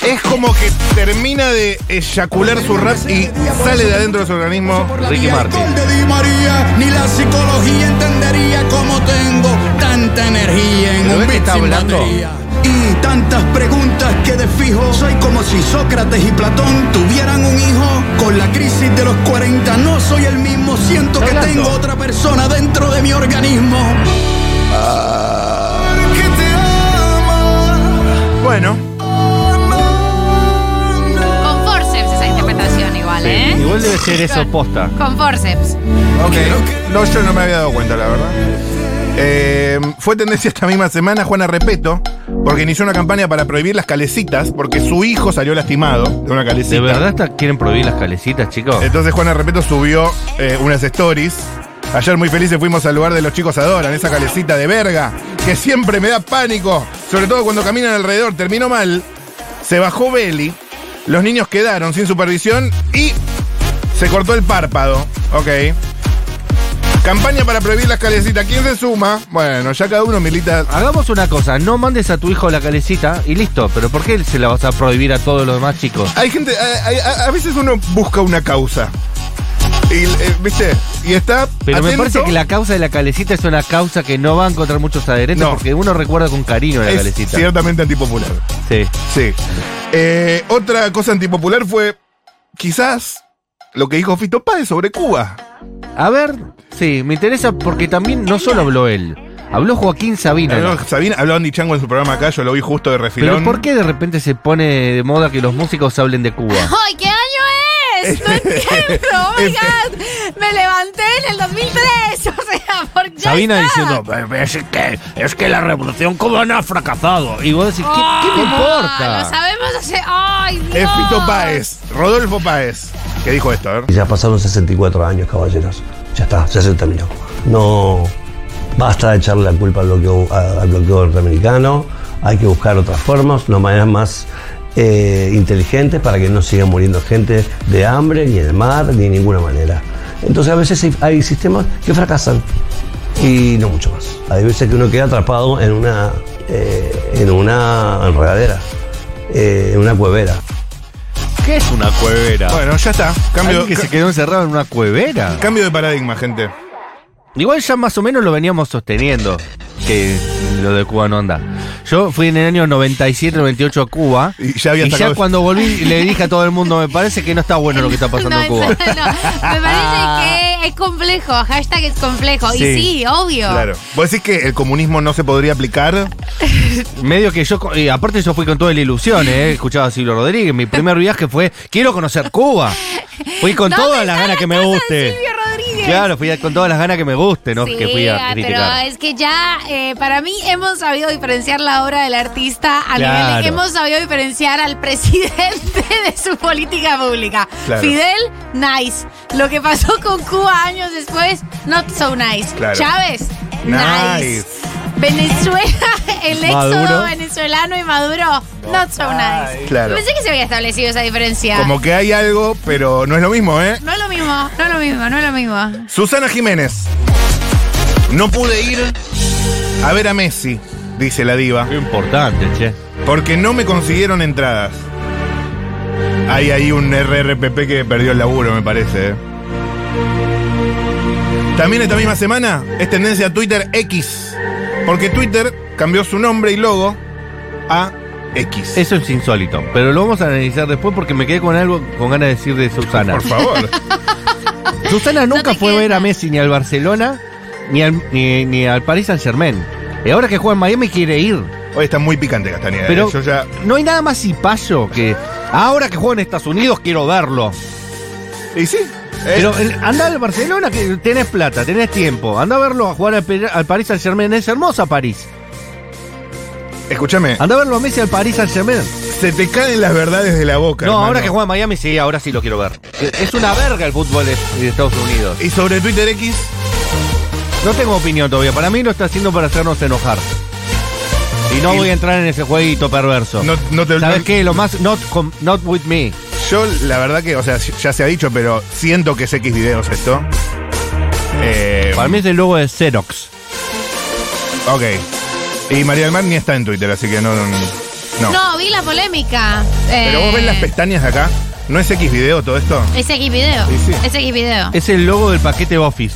S3: Es como que termina de eyacular su rap y sale de adentro de su organismo.
S6: por la
S1: Ricky
S6: vía,
S1: Martin.
S6: gol de Di María, ni la psicología entendería cómo tengo tanta energía en
S1: ¿Pero
S6: un
S1: ves que
S6: beat
S1: está
S6: sin
S1: hablando?
S6: batería. Y tantas preguntas que de fijo soy como si Sócrates y Platón tuvieran un hijo. Con la crisis de los 40 no soy el mismo, siento que
S1: Está hablando.
S6: tengo otra persona dentro de mi organismo.
S3: Bueno,
S2: Con forceps esa interpretación igual, ¿eh?
S1: Igual debe ser eso posta.
S2: Con forceps.
S3: ok. No, yo no me había dado cuenta, la verdad. Eh, fue tendencia esta misma semana Juana Repeto, porque inició una campaña para prohibir las calecitas, porque su hijo salió lastimado de una calecita.
S1: ¿De verdad está- quieren prohibir las calecitas, chicos?
S3: Entonces Juana Repeto subió eh, unas stories. Ayer muy felices fuimos al lugar de los chicos adoran, esa calecita de verga, que siempre me da pánico. sobre todo cuando caminan alrededor, terminó mal, se bajó Belly, los niños quedaron sin supervisión y se cortó el párpado. Ok. Campaña para prohibir las calecitas. ¿Quién se suma? Bueno, ya cada uno milita.
S1: Hagamos una cosa, no mandes a tu hijo la calecita y listo, pero ¿por qué se la vas a prohibir a todos los demás chicos?
S3: Hay gente, hay- hay- a veces uno busca una causa. Y, eh, ¿Viste? Y está.
S1: Pero me
S3: atento.
S1: parece que la causa de la calecita es una causa que no va a encontrar muchos adherentes
S3: No.
S1: porque uno recuerda con cariño la
S3: es
S1: calecita.
S3: ciertamente antipopular.
S1: Sí.
S3: Sí. Eh, otra cosa antipopular fue quizás lo que dijo Fito Páez sobre Cuba.
S1: A ver, sí, me interesa porque también no solo habló él, habló Joaquín Sabina.
S3: Habló Sabina, habló Andy Chango en su programa acá, yo lo vi justo de
S1: Pero
S3: refilón.
S1: ¿por qué de repente se pone de moda que los músicos hablen de Cuba?
S2: ¡Ay, qué año
S1: <laughs>
S2: es! No entiendo, oh my god. Me levanté en el 2003, <laughs> o sea, ¿por qué?
S1: Sabina
S2: está.
S1: diciendo, es que, es que la revolución cubana ha fracasado. <laughs> Y vos decís, ¿qué, qué me
S2: Ah,
S1: importa?
S2: Lo sabemos hace. ¡Ay, Dios!
S3: Es Fito Páez, Rodolfo Páez, que dijo esto, a ver.
S8: Ya pasaron 64 años, caballeros. Ya está, ya se terminó. No basta de echarle la culpa al bloqueo, a- al bloqueo norteamericano. Hay que buscar otras formas, unas maneras más eh, inteligentes para que no siga muriendo gente de hambre, ni en el mar, ni de ninguna manera. Entonces a veces hay- hay sistemas que fracasan y no mucho más. Hay veces que uno queda atrapado en una, eh, en una enredadera, eh, en una cuevera.
S1: ¿Qué es una cuevera?
S3: Bueno, ya está. Cambio,
S1: Alguien que
S3: ca-
S1: se quedó encerrado en una cuevera.
S3: cambio de paradigma, gente.
S1: Igual ya más o menos lo veníamos sosteniendo, que lo de Cuba no anda. Yo fui en el año 97-98 a Cuba.
S3: Y ya había
S1: y ya
S3: sacado-
S1: cuando volví le dije a todo el mundo, me parece que no está bueno lo que está
S2: <laughs>
S1: pasando
S2: No,
S1: en Cuba.
S2: no, me parece que es complejo. Hashtag es complejo.
S1: Sí,
S2: y sí, obvio.
S3: Claro. ¿Vos decís que el comunismo no se podría aplicar?
S1: Medio que yo, y aparte yo fui con toda la ilusión, ¿eh? escuchaba a Silvio Rodríguez, mi primer viaje fue, quiero conocer Cuba. Fui con
S2: ¿Dónde
S1: todas las
S2: está
S1: ganas
S2: la
S1: que me
S2: casa de
S1: guste.
S2: Silvio Rodríguez?
S1: Claro, fui a- con todas las ganas que me guste, ¿no? que fui a
S2: ah,
S1: criticar.
S2: pero es que ya eh, para mí hemos sabido diferenciar la obra del artista a nivel de
S1: Claro.
S2: que hemos sabido diferenciar al presidente <laughs> de su política pública.
S3: Claro.
S2: Fidel, nice. Lo que pasó con Cuba años después, not so nice.
S3: Claro.
S2: Chávez, nice.
S3: Nice.
S2: Venezuela, <laughs> el éxodo
S1: Maduro.
S2: venezolano y Maduro, not so nice.
S3: Claro.
S2: Pensé que se había establecido esa diferencia.
S3: Como que hay algo, pero no es lo mismo, ¿eh?
S2: No es lo mismo, no es lo mismo, no es lo mismo.
S3: Susana Jiménez. No pude ir a ver a Messi, dice la diva,
S1: Qué importante, che.
S3: porque no me consiguieron entradas. Hay ahí un RRPP que perdió el laburo, me parece. ¿eh? También esta misma semana es tendencia Twitter X, porque Twitter cambió su nombre y logo a X.
S1: Eso es insólito, pero lo vamos a analizar después porque me quedé con algo con ganas de decir de Susana.
S3: Por
S1: <laughs>
S3: favor.
S1: Susana nunca
S2: te
S1: fue a
S2: quedes
S1: ver a
S2: mal.
S1: Messi ni al Barcelona ni al, ni, ni al Paris Saint Germain. Y ahora que juega en Miami quiere ir.
S3: Hoy está muy picante Castañeda. ¿eh?
S1: Pero
S3: Yo ya
S1: no hay nada más paso que ahora que juega en Estados Unidos quiero verlo.
S3: Y sí. eh,
S1: Pero el- anda al Barcelona que tenés plata, tenés tiempo. Anda a verlo a jugar al, Pe- al Paris Saint Germain. Es hermosa París.
S3: escúchame,
S1: Anda a verlo a Messi al Paris Saint Germain.
S3: se te caen las verdades de la boca.
S1: No,
S3: hermano.
S1: ahora que juega en Miami sí, ahora sí lo quiero ver. Eh, Es una verga el fútbol de, de Estados Unidos.
S3: Y sobre Twitter X,
S1: No tengo opinión todavía. Para mí lo está haciendo para hacernos enojar. Y no
S3: Y-
S1: voy a entrar en ese jueguito perverso.
S3: no, no te
S1: ¿Sabes
S3: no-
S1: qué? Lo más. Not, com- not with me.
S3: Yo, la verdad que, o sea, ya se ha dicho, pero siento que es X videos esto. Eh,
S1: Para mí es el logo de Xerox.
S3: ok. Y María del Mar ni está en Twitter, así que no. No. no.
S2: No, eh. vi la polémica.
S3: Pero vos ves las
S2: pestañas.
S3: pestañas de acá. ¿No es X video todo esto?
S2: Es X video.
S3: Sí, sí.
S2: Es X video.
S1: Es el logo del paquete Office.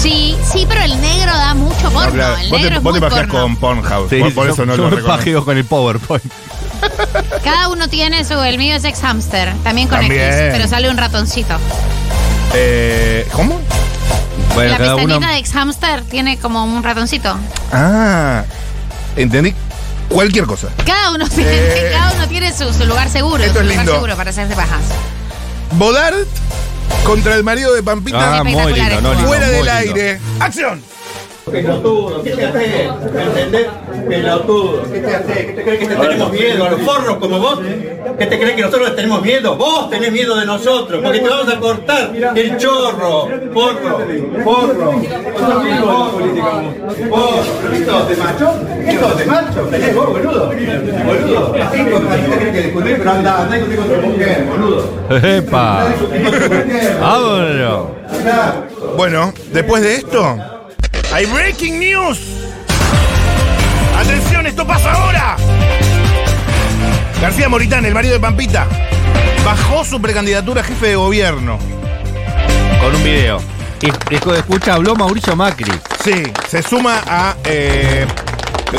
S2: Sí, sí, pero el negro da mucho porno.
S3: No, claro.
S2: El
S3: Vos te,
S2: negro
S3: vos te
S2: es muy
S3: pajeás
S2: porno.
S3: con Pornhub. por, por
S1: yo-
S3: eso no
S1: yo
S3: lo
S1: me
S3: reconozco.
S1: pajeo con el PowerPoint.
S2: Cada uno tiene su. El mío es ex hamster. También con
S3: También.
S2: X, pero sale un ratoncito.
S3: Eh, ¿Cómo?
S1: Bueno,
S2: la
S1: cada
S2: pestañita
S1: uno.
S2: de ex hamster tiene como un ratoncito.
S3: Ah. Entendí. Cualquier cosa.
S2: Cada uno <laughs> tiene, cada uno tiene su, su lugar seguro.
S3: esto
S2: su
S3: es
S2: lugar
S3: lindo.
S2: seguro para hacerse bajas.
S3: Bodart contra el marido de Pampita.
S1: Ah, muy lindo, no, lindo,
S3: Fuera
S1: muy
S3: del
S1: lindo.
S3: aire. ¡Acción!
S10: Pelotudo, ¿qué te hace? ¿Me entendés? Pelotudo, ¿qué te hace? ¿Qué te crees que te tenemos miedo? ¿A los forros como vos? ¿Qué te crees que nosotros les tenemos miedo? Vos tenés miedo de nosotros, porque te vamos a cortar el chorro. Porro, porro. Porro, ¿Esto de macho? ¿Esto de macho? ¿Tenés vos, boludo? Boludo, así con te crees que discutir, pero anda, anda y discutí con tu mujer, boludo.
S1: ¡Epa! ¡Vámonos!
S3: Bueno, después de esto, hay breaking news. Atención, esto pasa ahora. García Moritán, el marido de Pampita, bajó su precandidatura a jefe de gobierno.
S1: Con un video. Y, y- escucha, habló Mauricio Macri.
S3: Sí, se suma a. eh,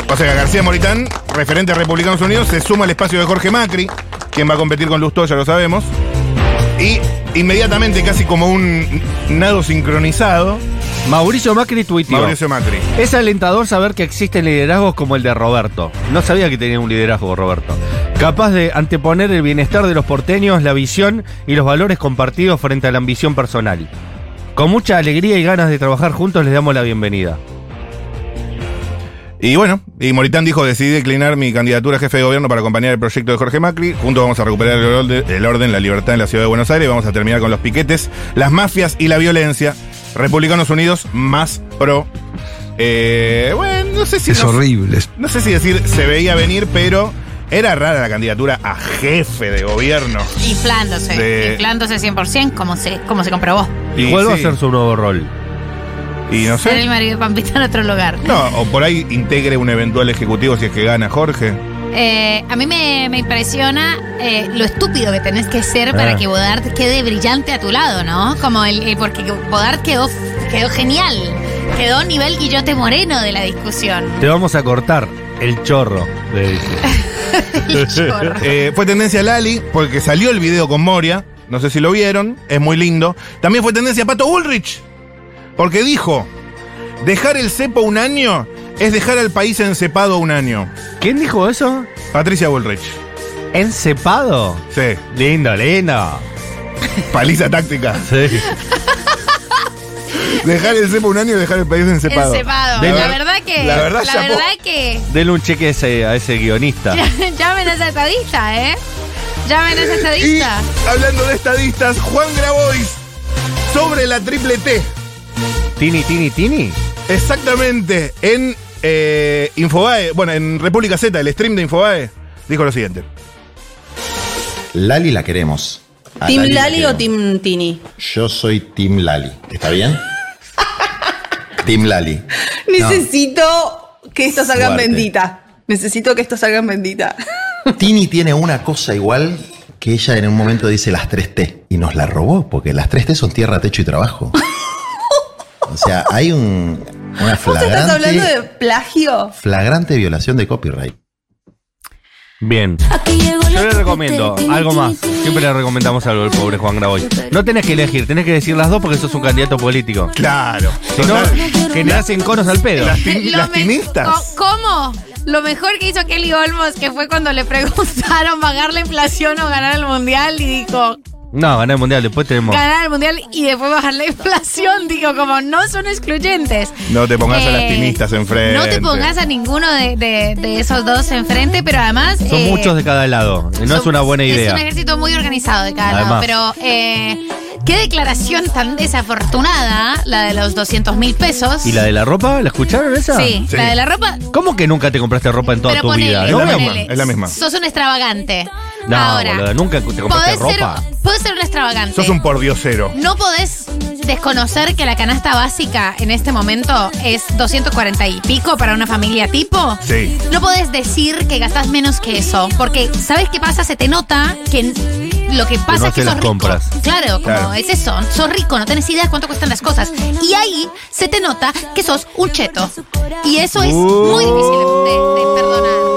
S3: o sea, García Moritán, referente a Republicanos Unidos, se suma al espacio de Jorge Macri, quien va a competir con Lustó, ya lo sabemos. Y inmediatamente, casi como un nado sincronizado,
S1: Mauricio Macri tuiteó.
S3: Mauricio Macri.
S1: Es alentador saber que existen liderazgos como el de Roberto. No sabía que tenía un liderazgo Roberto. Capaz de anteponer el bienestar de los porteños, la visión y los valores compartidos frente a la ambición personal. Con mucha alegría y ganas de trabajar juntos les damos la bienvenida.
S3: Y bueno, y Moritán dijo, decidí declinar mi candidatura a jefe de gobierno para acompañar el proyecto de Jorge Macri. Juntos vamos a recuperar el orde- el orden, la libertad en la ciudad de Buenos Aires. Vamos a terminar con los piquetes, las mafias y la violencia. Republicanos Unidos más pro. Eh, bueno, no sé si...
S11: Es
S3: no-
S11: horrible. es-
S3: No sé si decir se veía venir, pero era rara la candidatura a jefe de gobierno.
S2: Inflándose,
S3: De-
S2: inflándose 100%, como se, como se comprobó.
S1: ¿Y cuál va a
S3: sí,
S1: ser su nuevo rol?
S3: Y no
S2: Ser el
S3: sé.
S2: marido de Pampita en otro lugar.
S3: No, o por ahí integre un eventual ejecutivo si es que gana Jorge.
S2: Eh, a mí me, me impresiona eh, lo estúpido que tenés que ser
S1: Ah.
S2: para que Bodart quede brillante a tu lado, ¿no? Como el, eh, porque Bodart quedó, quedó genial. Quedó nivel Guillote Moreno de la discusión.
S1: <laughs> Te vamos a cortar el chorro. le dice.
S2: El chorro.
S3: Eh, fue tendencia Lali porque salió el video con Moria. No sé si lo vieron, es muy lindo. También fue tendencia Pato Bullrich porque dijo: dejar el cepo un año es dejar al país encepado un año.
S1: ¿Quién dijo eso?
S3: Patricia Bullrich.
S1: ¿Encepado?
S3: Sí,
S1: Lindo, lindo.
S3: paliza táctica.
S1: Sí.
S3: Dejar el cepo un año es dejar el país encepado.
S2: Encepado.
S1: De
S2: La
S1: la-
S2: verdad que.
S3: la verdad, chapó.
S2: que. <laughs>
S1: Denle un cheque a ese, a ese guionista.
S2: Llamen a esa estadista, ¿eh? Llamen a esa
S3: Y
S2: estadista.
S3: hablando de estadistas, Juan Grabois sobre la triple T.
S1: Tini, tini, tini.
S3: Exactamente, en eh, Infobae, bueno, en República Z, el stream de Infobae, dijo lo siguiente.
S12: Lali la queremos. A
S13: ¿Team
S12: la
S13: Lali o
S12: queremos.
S13: Team Tini?
S12: Yo soy Team Lali.
S13: <laughs>
S12: ¿Está bien? team Lali.
S13: Necesito que esto salga en
S12: Suerte.
S13: bendita. Necesito que esto salga en bendita.
S12: Tini tiene una cosa igual que ella en un momento dice las 3T y nos la robó porque las 3T son tierra, techo y trabajo. O sea, hay un, una
S13: ¿Vos estás hablando
S12: flagrante,
S13: de plagio?
S12: flagrante violación de copyright.
S1: Bien. Yo le recomiendo algo más. Siempre le recomendamos algo al pobre Juan Graboy. No tenés que elegir, tenés que decir las dos porque sos un candidato político.
S3: Claro.
S1: Si no, que le hacen conos al pedo.
S3: Las, tin-
S2: <laughs> Lo
S3: las
S2: me-
S3: tinistas.
S2: co- ¿Cómo? Lo mejor que hizo Kelly Olmos, que fue cuando le preguntaron pagar la inflación o ganar el mundial, y dijo,
S1: No, ganar el mundial, después tenemos.
S2: ganar el mundial y después bajar la inflación. <laughs> Digo, como no son excluyentes.
S3: No te pongas a las
S2: Eh,
S3: tinistas enfrente.
S2: No te pongas a ninguno de, de- de esos dos enfrente, pero además.
S1: Son
S2: eh,
S1: muchos de cada lado. No es
S2: son-
S1: una buena
S2: Es
S1: idea.
S2: un ejército muy organizado de cada
S1: Además.
S2: lado, pero. eh, Qué declaración tan desafortunada, la de los 200 mil pesos.
S1: ¿Y la de la ropa? ¿La escucharon esa?
S2: Sí, la de la ropa
S1: ¿Cómo que nunca te compraste ropa en toda
S2: Pero
S1: tu
S2: ponele,
S1: vida?
S3: Es la
S1: veamos.
S2: ponele.
S3: es la misma.
S2: Sos un extravagante.
S1: No,
S2: Ahora,
S1: boluda, nunca te compraste
S2: podés ser,
S1: ropa.
S2: podés ser un extravagante.
S3: Sos un pordiosero.
S2: No podés desconocer que la canasta básica en este momento es 240 y pico para una familia tipo.
S3: Sí.
S2: No podés decir que gastás menos que eso, porque ¿sabes qué pasa? Se te nota que n- lo que pasa
S1: no
S2: es que
S1: te
S2: sos
S1: las
S2: rico.
S1: compras.
S2: Claro, como
S3: Claro.
S2: es eso, sos rico, no tenés idea de cuánto cuestan las cosas. Y ahí se te nota que sos un cheto. Y eso
S1: Uh.
S2: es muy difícil de, de perdonar.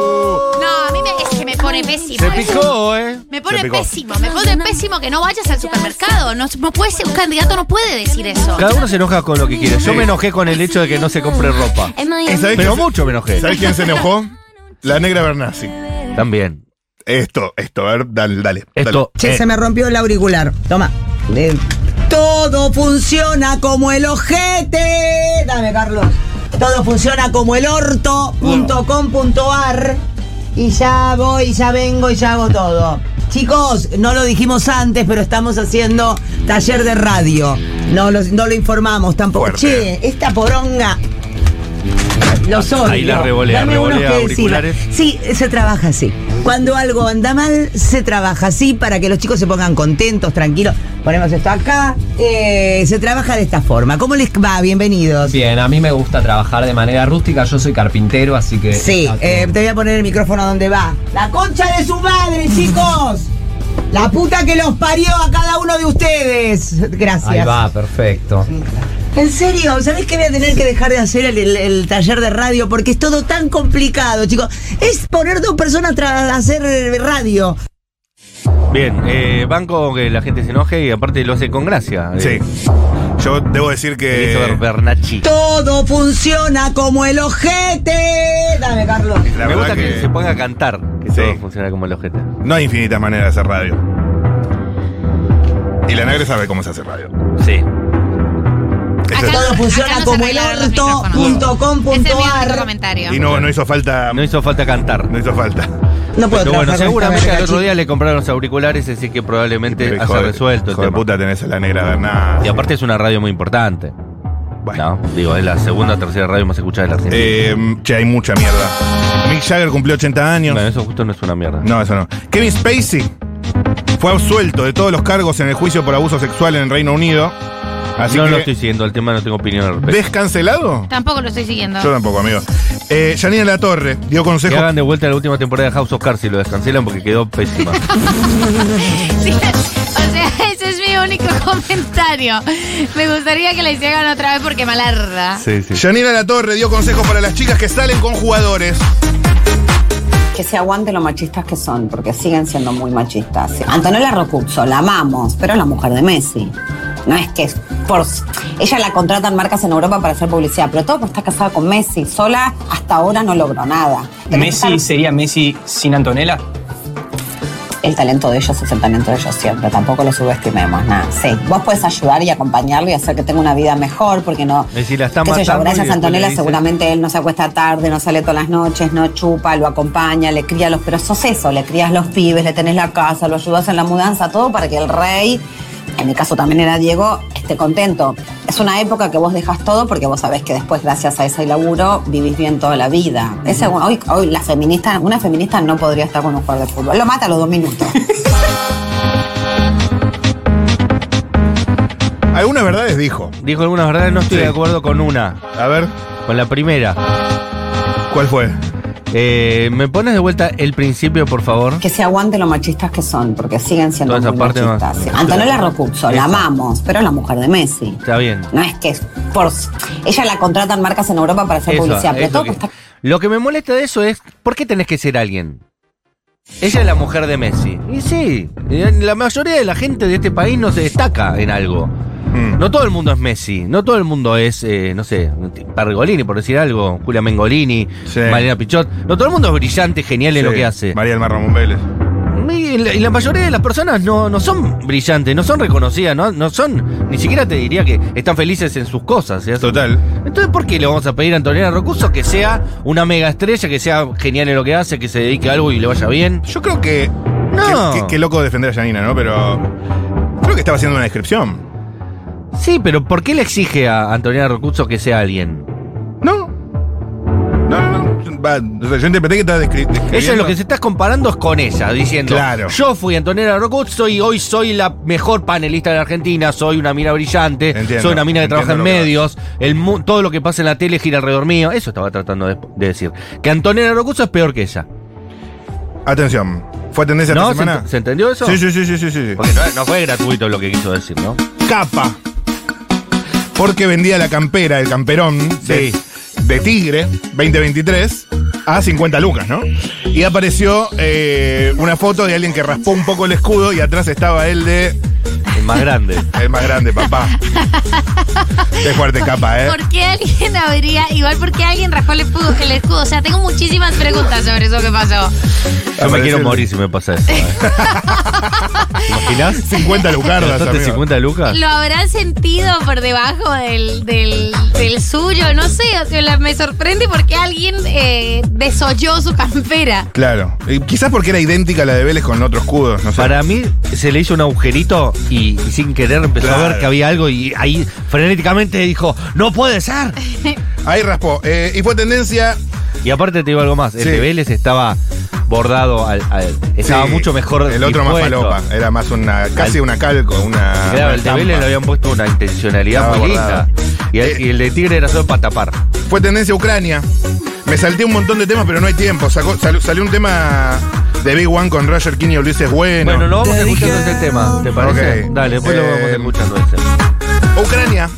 S2: No, a mí me, es que me pone pésimo.
S1: Se
S2: eso.
S1: picó, ¿eh?
S2: Me
S3: Se
S2: pone
S3: picó.
S2: pésimo, me pone pésimo que no vayas al supermercado. No, no puede ser, un candidato no puede decir eso.
S1: Cada uno se enoja con lo que quiere. Yo
S3: Sí.
S1: me enojé con el hecho de que no se compre ropa.
S3: ¿Y sabés
S1: Pero
S3: quién-
S1: mucho me enojé.
S3: ¿Sabés quién se enojó? La negra Bernasi.
S1: También.
S3: Esto, esto, a ver, dale, dale.
S1: Esto.
S14: Che,
S1: eh,
S14: se me rompió el auricular. Toma. Eh, todo funciona como el ojete. Dame, Carlos.
S11: Todo funciona como el orto.com.ar. Y ya voy, y ya vengo y ya hago todo. Chicos, no lo dijimos antes, pero estamos haciendo taller de radio. No lo, no lo informamos tampoco. Che, esta poronga. Los odio.
S1: Ahí la revolea,
S11: Dame unos
S1: revolea
S11: que decir.
S1: auriculares.
S11: Sí, se trabaja así. Cuando algo anda mal, se trabaja así para que los chicos se pongan contentos, tranquilos. Ponemos esto acá. Eh, se trabaja de esta forma. ¿Cómo les va? Bienvenidos.
S15: Bien, a mí me gusta trabajar de manera rústica. Yo soy carpintero, así que.
S11: Sí,
S15: está todo.
S11: eh, te voy a poner el micrófono donde va. La concha de su madre, chicos. La puta que los parió a cada uno de ustedes. Gracias.
S15: Ahí va, perfecto.
S11: En serio, ¿sabés que voy a tener que dejar de hacer el, el- el taller de radio? Porque es todo tan complicado, chicos. Es poner dos personas a hacer eh, radio.
S1: Bien, eh, banco que la gente se enoje y aparte lo hace con gracia. eh. Sí.
S3: Yo debo decir que.
S1: Bernacchi.
S11: Todo funciona como el ojete. Dame, Carlos.
S1: Me gusta que,
S3: que-
S1: se ponga a cantar, que todo funciona como el ojete.
S3: No hay infinitas maneras de hacer radio. Y la Nagre sabe cómo se hace radio.
S1: Sí.
S11: Todo funciona como el
S2: Ese es mi único
S11: orto.com.ar.
S2: comentario.
S3: Y no, no hizo falta. No
S1: hizo falta cantar.
S3: No hizo falta. <laughs>
S11: No
S1: Pero bueno,
S3: trabajar con esta
S1: seguramente al
S3: verga,
S1: otro
S3: chico.
S1: día le compraron los auriculares, así que probablemente
S3: Pero
S1: haya
S3: hijo de-
S1: resuelto el
S3: hijo de
S1: tema.
S3: puta tenés a la negra Bernal.
S1: Y aparte es una radio muy importante. No, digo, es la segunda o tercera radio más escuchada de la Argentina.
S3: Eh, che, hay mucha mierda. Mick Jagger cumplió 80 años.
S1: Bueno, eso justo no es una mierda.
S3: Eh, No, eso no. Kevin Spacey fue absuelto de todos los cargos en el juicio por abuso sexual en el Reino Unido. Así
S1: no
S3: que.
S1: lo estoy siguiendo, el tema no tengo opinión al respecto.
S3: ¿Descancelado?
S2: Tampoco lo estoy siguiendo.
S3: Yo tampoco, amigo. Eh, Janina La Torre dio
S1: Que
S3: consejos.
S1: hagan de vuelta la última temporada de House of Cards y lo descancelan porque quedó
S3: <laughs>
S1: pésima.
S2: Sí, <laughs> o sea, ese es mi único <laughs> comentario. Me gustaría que la hicieran otra vez porque me alarda.
S3: Janina La Torre dio consejos para las chicas que salen con jugadores.
S16: Que se aguanten lo machistas que son, porque siguen siendo muy machistas. Antonella Rocuzzo, la amamos, pero es la mujer de Messi. No es que es por... Ella la contratan marcas en Europa para hacer publicidad, pero todo porque está casada con Messi. Sola hasta ahora no logró nada.
S15: ¿Messi sería Messi sin Antonella?
S16: El talento de ellos es el talento de ellos siempre, tampoco lo subestimemos, nada. Sí, vos puedes ayudar y acompañarlo y hacer que tenga una vida mejor, porque no...
S1: Es decir, la está
S16: Qué sé yo,
S1: matando. y
S16: gracias
S1: después
S16: a Antonella,
S1: le dicen-
S16: seguramente él no se acuesta tarde, no sale todas las noches, no chupa, lo acompaña, le cría los. Pero sos eso, le crías los pibes, le tenés la casa, lo ayudas en la mudanza, todo para que el rey, en mi caso también era Diego, esté contento. Es una época que vos dejas todo porque vos sabés que después, gracias a ese laburo, vivís bien toda la vida. Ese- hoy, hoy la feminista, una feminista no podría estar con un jugador de fútbol. Lo mata a los dos
S1: <laughs>
S16: minutos.
S3: Algunas verdades dijo.
S1: Dijo algunas verdades, no estoy de acuerdo con una.
S3: A ver.
S1: Con la primera. Eh,
S3: ¿Cuál fue?
S1: ¿Me pones de vuelta el principio, por favor?
S16: Que se aguante lo machistas que son, porque siguen siendo
S1: Toda esa
S16: muy
S1: parte no-
S16: machistas. Antonella Rocuzzo, la
S1: Esa.
S16: amamos, pero es la mujer de Messi.
S1: Está bien.
S16: No es que es por. Ella la contratan marcas en Europa para hacer
S1: Eso,
S16: publicidad, pero
S1: es
S6: pues,
S16: todo
S1: lo, que, lo que me molesta de eso es, ¿por qué tenés que ser alguien? Ella es la mujer de Messi. Y sí, eh, la mayoría de la gente de este país no se destaca en algo. No todo el mundo es Messi, no todo el mundo es, eh, no sé, Pergolini, por decir algo, Julia Mengolini, Mariana Pichot. No todo el mundo es brillante, genial en
S3: Sí,
S1: lo que hace.
S3: María del Mar Ramón Vélez.
S1: Y la, y la mayoría de las personas no, no son brillantes, no son reconocidas, no, no son, ni siquiera te diría que están felices en sus cosas. ¿eh?
S3: Total.
S1: Entonces, ¿por qué le vamos a pedir a Antonella Rocuso que sea una mega estrella, que sea genial en lo que hace, que se dedique a algo y le vaya bien?
S3: Yo creo que.
S1: No.
S3: Qué, qué- qué loco defender a Janina, ¿no? Pero. Creo que estaba haciendo una descripción.
S1: Sí, pero ¿por qué le exige a Antonella Rocuso que sea alguien?
S3: No, no, no. Va, o sea, yo interpreté que estaba descri- describiendo.
S1: Ella lo que se está comparando es con ella, diciendo,
S3: Claro.
S1: yo fui Antonella Rocuzzo y hoy soy la mejor panelista de la Argentina, soy una mina brillante,
S3: Entiendo,
S1: soy una mina que
S3: entiendo
S1: trabaja en
S3: lo que
S1: medios, el mu- todo lo que pasa en la tele gira alrededor mío, eso estaba tratando de, de decir. Que Antonella Rocuzzo es peor que ella.
S3: Atención. ¿Fue tendencia
S1: ¿No?
S3: esta
S1: ¿Se,
S3: semana?
S1: ent- se entendió eso?
S3: Sí, sí, sí, sí, sí, sí.
S1: Porque no, no fue gratuito lo que quiso decir, ¿no?
S3: Capa. Porque vendía la campera, el camperón de, de Tigre 2023 a 50 lucas, ¿no? Y apareció eh, una foto de alguien que raspó un poco el escudo y atrás estaba el de.
S1: El más
S3: <laughs>
S1: grande.
S3: El más grande,
S1: <laughs>
S3: papá. Qué fuerte capa, ¿eh?
S2: ¿Por qué alguien habría, igual por qué alguien raspó el escudo, el escudo? O sea, tengo muchísimas preguntas sobre eso que pasó.
S1: Yo me quiero morir si me pasa eso. ¿eh? ¿Te imaginas? <laughs>
S3: 50 lucardas,
S1: ¿Gastaste
S3: amigo.
S1: 50
S2: <laughs>
S1: lucas?
S2: Lo habrán sentido por debajo del, del, del suyo, no sé, o sea, la- me sorprende porque alguien eh, desolló su campera.
S3: Claro. Eh, quizás porque era idéntica a la de Vélez con otro escudo, no sé.
S1: Para mí se le hizo un agujerito y, y sin querer empezó a ver
S3: Claro.
S1: que había algo y ahí frenéticamente dijo, no
S17: <laughs>
S1: puede ser.
S3: Ahí raspó. Eh, y fue tendencia.
S1: Y aparte te digo algo más, el
S3: Sí.
S1: de Vélez estaba bordado al... al- estaba
S3: Sí,
S1: mucho mejor
S3: El otro más
S1: dispuesto.
S3: falopa. Era más una. casi
S1: Al-
S3: una calco, una.
S1: Y claro,
S3: una
S1: el de
S3: estampa.
S1: Vélez le habían puesto una intencionalidad
S3: Estaba
S1: muy
S3: bordado. Eh.
S1: linda. Y el, y el de Tigre era solo para tapar.
S3: Fue tendencia a Ucrania. Me salté un montón de temas, pero no hay tiempo. Sacó- sal- salió un tema de Big One con Roger King y Ulises Bueno.
S1: Bueno, no vamos escuchando ese tema, ¿te parece?
S3: Ok.
S1: Dale, después lo vamos
S3: Eh,
S1: escuchando ese.
S3: Ucrania.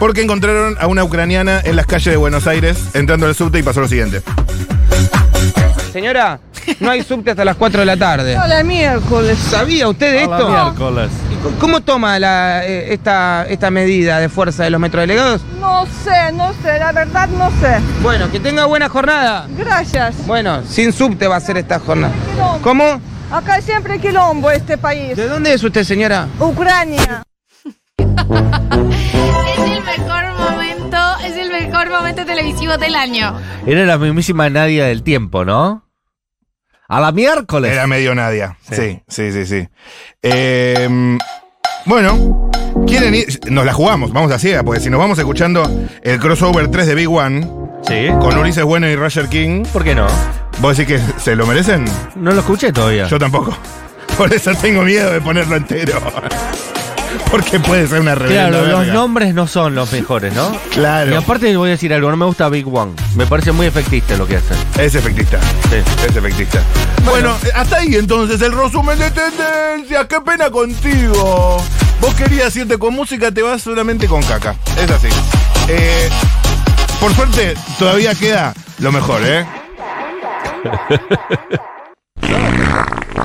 S3: Porque encontraron a una ucraniana en las calles de Buenos Aires entrando al subte y pasó lo siguiente.
S17: Señora, no hay subte hasta las 4 de la
S1: <laughs>
S17: tarde.
S18: Hola miércoles.
S17: ¿Sabía usted de esto? ¿Cómo toma la, eh, esta, esta medida de fuerza de los metrodelegados?
S18: No sé, no sé, la verdad no sé.
S17: Bueno, que tenga buena jornada.
S18: Gracias.
S17: Bueno, sin subte va a ser esta jornada. ¿Cómo?
S18: Acá siempre quilombo este país.
S17: ¿De dónde es usted, señora?
S18: Ucrania.
S2: Es el mejor momento, es el mejor momento televisivo del año.
S1: Era la mismísima Nadia del tiempo, ¿no? A la miércoles.
S3: Era medio Nadia. Sí, sí, sí, sí. Eh, bueno, ¿quieren ir? Nos la jugamos, vamos a ciega, porque si nos vamos escuchando el crossover 3 de Big One con Ulises Bueno y Roger King.
S1: ¿Por qué no?
S3: ¿Vos decís que se lo merecen?
S1: No lo escuché todavía.
S3: Yo tampoco. Por eso tengo miedo de ponerlo entero. <laughs> Porque puede ser una rebelde.
S1: Claro, los
S3: verga.
S1: nombres no son los mejores, ¿no?
S3: Claro.
S1: Y aparte voy a decir algo, no me gusta Big One. Me parece muy efectista lo que hacen.
S3: Es efectista.
S1: Sí.
S3: Es efectista. Bueno, hasta ahí entonces el resumen de tendencias. Qué pena contigo. Vos querías irte con música, te vas solamente con caca. Es así. Eh, por suerte, todavía queda lo mejor, ¿eh?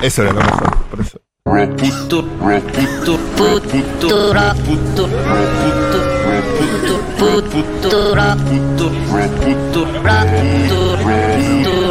S3: Eso era lo mejor. Por eso.
S7: Reputo, reputo, reputo, reputo, reputo, reputo, reputo, reputo, reputo, reputo, reputo,